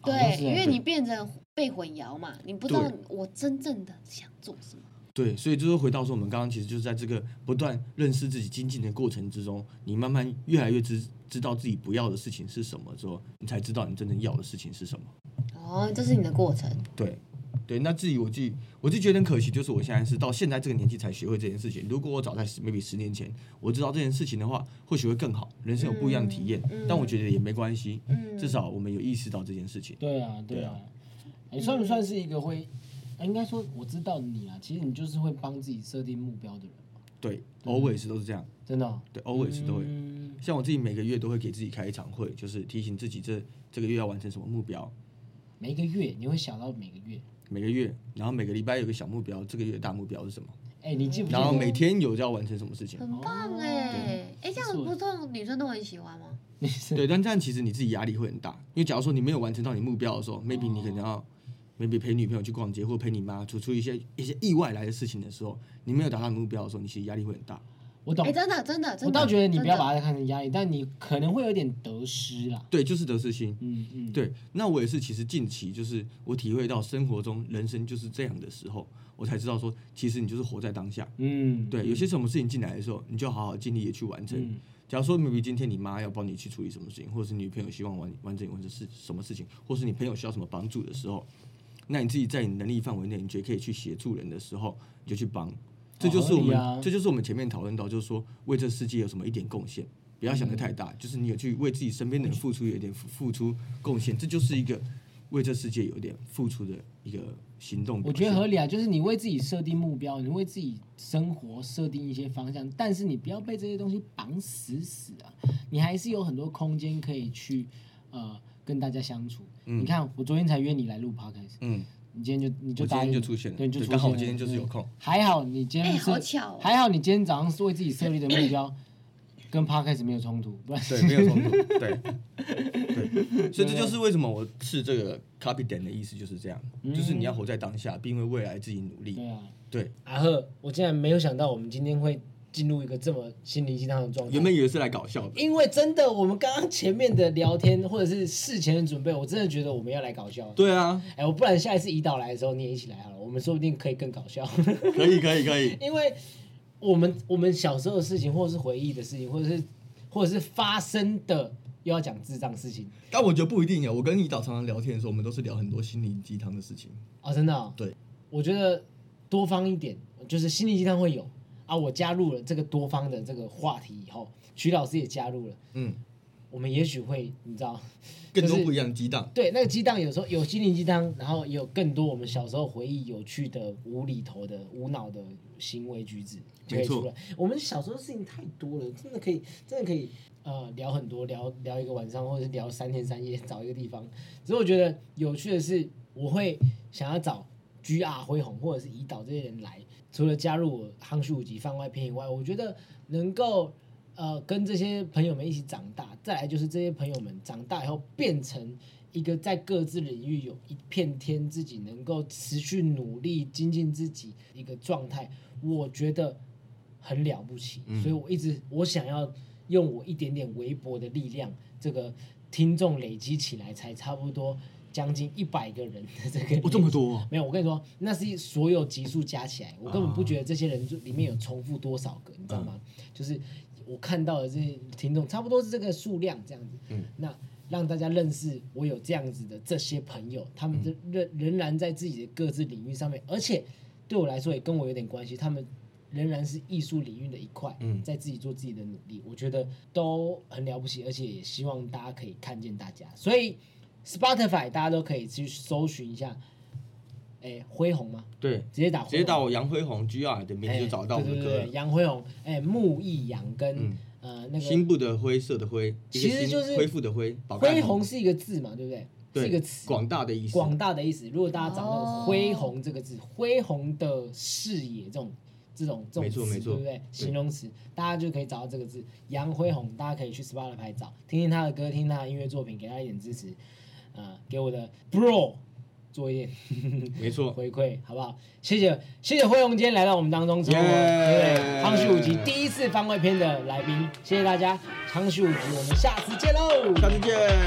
Speaker 2: 好像
Speaker 5: 对，
Speaker 2: 是
Speaker 5: 因为
Speaker 2: 对
Speaker 5: 你变成被混淆嘛，你不知道
Speaker 1: 对
Speaker 5: 我真正的想做什么。嗯
Speaker 1: 对，所以就是回到说，我们刚刚其实就是在这个不断认识自己、精进的过程之中，你慢慢越来越知知道自己不要的事情是什么之后，你才知道你真正要的事情是什么。
Speaker 5: 哦，这是你的过程。
Speaker 1: 对，对。那至于我自己，我自己觉得很可惜，就是我现在是到现在这个年纪才学会这件事情。如果我早在十 maybe 十年前，我知道这件事情的话，或许会更好，人生有不一样的体验。
Speaker 5: 嗯
Speaker 1: 但我觉得也没关系，
Speaker 5: 嗯
Speaker 1: 至少我们有意识到这件事情。
Speaker 2: 对啊，对
Speaker 1: 对
Speaker 2: 啊
Speaker 1: 啊，
Speaker 2: 你算不算是一个会？呃应该说我知道你啊，其实你就是会帮自己设定目标的人嘛，
Speaker 1: 对，always
Speaker 5: 嗯
Speaker 1: 都是这样。
Speaker 2: 真的哦、
Speaker 1: 对，always 都会。
Speaker 2: 嗯
Speaker 1: 像我自己每个月都会给自己开一场会，就是提醒自己这这个月要完成什么目标，
Speaker 2: 每一个月你会想到每个月，
Speaker 1: 每个月，然后每个礼拜有个小目标，这个月的大目标是什么，
Speaker 2: 哎、你记不记
Speaker 1: 然后
Speaker 2: 得？
Speaker 1: 每天有要完成什么事情。
Speaker 5: 很棒
Speaker 2: 哦
Speaker 5: 哎、哎、这样
Speaker 2: 是我
Speaker 5: 不都女生都很喜欢吗？
Speaker 2: 你是
Speaker 1: 对，但这样其实你自己压力会很大，因为假如说你没有完成到你目标的时候，maybe 你可能要 maybe 陪女朋友去逛街，或陪你妈做出一些一些意外来的事情的时候，你没有达到你目标的时候，你其实压力会很大。
Speaker 2: 我
Speaker 5: 哎、
Speaker 2: 懂。
Speaker 5: 真的真的真的。
Speaker 2: 我倒觉得你不要
Speaker 5: 真的
Speaker 2: 把它看成压力，但你可能会有点得失啦。
Speaker 1: 对，就是得失心。
Speaker 2: 嗯嗯，，
Speaker 1: 对，那我也是，其实近期就是我体会到生活中人生就是这样的时候，我才知道说，其实你就是活在当下。
Speaker 2: 嗯，
Speaker 1: 对，有些什么事情进来的时候，你就好好尽力的去完成。
Speaker 2: 嗯
Speaker 1: 假如说 maybe 今天你妈要帮你去处理什么事情，或者是女朋友希望完完成完成事什么事情，或是你朋友需要什么帮助的时候，那你自己在你能力范围内，你觉得可以去协助人的时候，你就去帮。这就是我
Speaker 2: 合理
Speaker 1: 们，
Speaker 2: 啊
Speaker 1: 这就是我们前面讨论到，就是说为这世界有什么一点贡献，不要想得太
Speaker 2: 嗯
Speaker 1: 大，就是你有去为自己身边的人付出，有一点付付出贡献，这就是一个为这世界有点付出的一个行动表
Speaker 2: 我
Speaker 1: 现。
Speaker 2: 觉得合理啊，就是你为自己设定目标，你为自己生活设定一些方向，但是你不要被这些东西绑死死啊，你还是有很多空间可以去呃跟大家相处。
Speaker 1: 嗯
Speaker 2: 你看，我昨天才约你来录 podcast，
Speaker 1: 嗯，
Speaker 2: 你今天就你就
Speaker 1: 我今
Speaker 2: 答应
Speaker 1: 天
Speaker 2: 了
Speaker 1: 就出现了，
Speaker 2: 对，你就出现
Speaker 1: 刚好
Speaker 2: 了
Speaker 1: 今天就是有
Speaker 2: 对
Speaker 1: 空。
Speaker 2: 还好你今天
Speaker 5: 哎
Speaker 2: 是、
Speaker 5: 好巧哦
Speaker 2: 还好你今天早上是为自己设立的目标跟 podcast 没有冲突，不然
Speaker 1: 对，没有冲 突，对，对，所以这就是为什么我是这个 copy 点的意思就是这样，
Speaker 2: 嗯
Speaker 1: 就是你要活在当下，并为未来自己努力。
Speaker 2: 对啊。
Speaker 1: 对，
Speaker 2: 阿赫，我竟然没有想到我们今天会进入一个这么心灵鸡汤的状态。
Speaker 1: 原本以为是来搞笑的，
Speaker 2: 因为真的，我们刚刚前面的聊天或者是事前的准备，我真的觉得我们要来搞笑。，
Speaker 1: 对啊，
Speaker 2: 哎，我不然下一次胰岛来的时候你也一起来好了，我们说不定可以更搞笑。
Speaker 1: 可以，可以，可 以，
Speaker 2: 因为我们我们小时候的事情，或者是回忆的事情，或者是或者是发生的，又要讲智障事情
Speaker 1: 但我觉得不一定啊。我跟胰岛常常聊天的时候，我们都是聊很多心灵鸡汤的事情。
Speaker 2: 哦，真的、哦。
Speaker 1: 对，
Speaker 2: 我觉得多方一点，就是心灵鸡汤会有啊。我加入了这个多方的这个话题以后，曲老师也加入了，
Speaker 1: 嗯，
Speaker 2: 我们也许会你知道。
Speaker 1: 更
Speaker 2: 就
Speaker 1: 多
Speaker 2: 是
Speaker 1: 不一样的激荡。
Speaker 2: 对，那个鸡蛋有时候有心灵鸡汤，然后也有更多我们小时候回忆有趣的、无厘头的、无脑的行为举止就可
Speaker 1: 没
Speaker 2: 以
Speaker 1: 错
Speaker 2: 出来。我们小时候的事情太多了，真的可以，真的可以呃聊很多，聊聊一个晚上，或者是聊三天三夜，找一个地方。只是我觉得有趣的是，我会想要找 GR 恢宏或者是胰岛这些人来，除了加入我夯数及番外篇以外，我觉得能够呃跟这些朋友们一起长大，再来就是这些朋友们长大以后变成一个在各自领域有一片天，自己能够持续努力精进自己一个状态，我觉得很了不起。
Speaker 1: 嗯
Speaker 2: 所以我一直我想要用我一点点微薄的力量，这个听众累积起来才差不多将近一百个人的这个
Speaker 1: 哦，这么多哦，
Speaker 2: 没有，我跟你说，那是所有集数加起来，我根本不觉得这些人就里面有重复多少个，你知道吗？就是我看到的这些听众，差不多是这个数量这样子。
Speaker 1: 嗯，
Speaker 2: 那让大家认识我有这样子的这些朋友，他
Speaker 1: 嗯
Speaker 2: 们这仍仍然在自己的各自领域上面，而且对我来说也跟我有点关系，他们仍然是艺术领域的一块，
Speaker 1: 嗯
Speaker 2: 在自己做自己的努力，我觉得都很了不起，而且也希望大家可以看见大家，所以 Spotify 大家都可以去搜寻一下。哎，恢宏吗？
Speaker 1: 对，
Speaker 2: 直接打
Speaker 1: 直接打
Speaker 2: 辉
Speaker 1: 我杨辉宏 G R 的名字
Speaker 2: 哎
Speaker 1: 就找到我的
Speaker 2: 对对
Speaker 1: 歌
Speaker 2: 对
Speaker 1: 了
Speaker 2: 对。杨辉宏，哎，木易阳跟、
Speaker 1: 嗯
Speaker 2: 呃那
Speaker 1: 新
Speaker 2: 个
Speaker 1: 部的灰色的灰，一个
Speaker 2: 其实
Speaker 1: 新
Speaker 2: 就是
Speaker 1: 恢复的恢，宝盖
Speaker 2: 恢宏是一个字嘛，对不对？是一
Speaker 1: 对
Speaker 2: 个词，
Speaker 1: 广大的意思。哦
Speaker 2: 广大的意思。如果大家找那
Speaker 5: 哦
Speaker 2: 个“恢宏”这个字，“恢宏的视野”这种这种这
Speaker 1: 没
Speaker 2: 种
Speaker 1: 错没
Speaker 2: 词，
Speaker 1: 错
Speaker 2: 对不对？形容词，大家就可以找到这个字。杨恢宏，大家可以去 Spotify 找，听听他的歌，听听他的音乐作品，给他一点支持，呃，给我的 Bro 做一点
Speaker 1: 没错，
Speaker 2: 回馈，好不好？谢谢谢谢辉宏今天来到我们当中，成为我
Speaker 1: Yeah
Speaker 2: 对康熙五集第一次番外篇的来宾，谢谢大家，康熙五集，我们下次见喽，
Speaker 1: 下次见。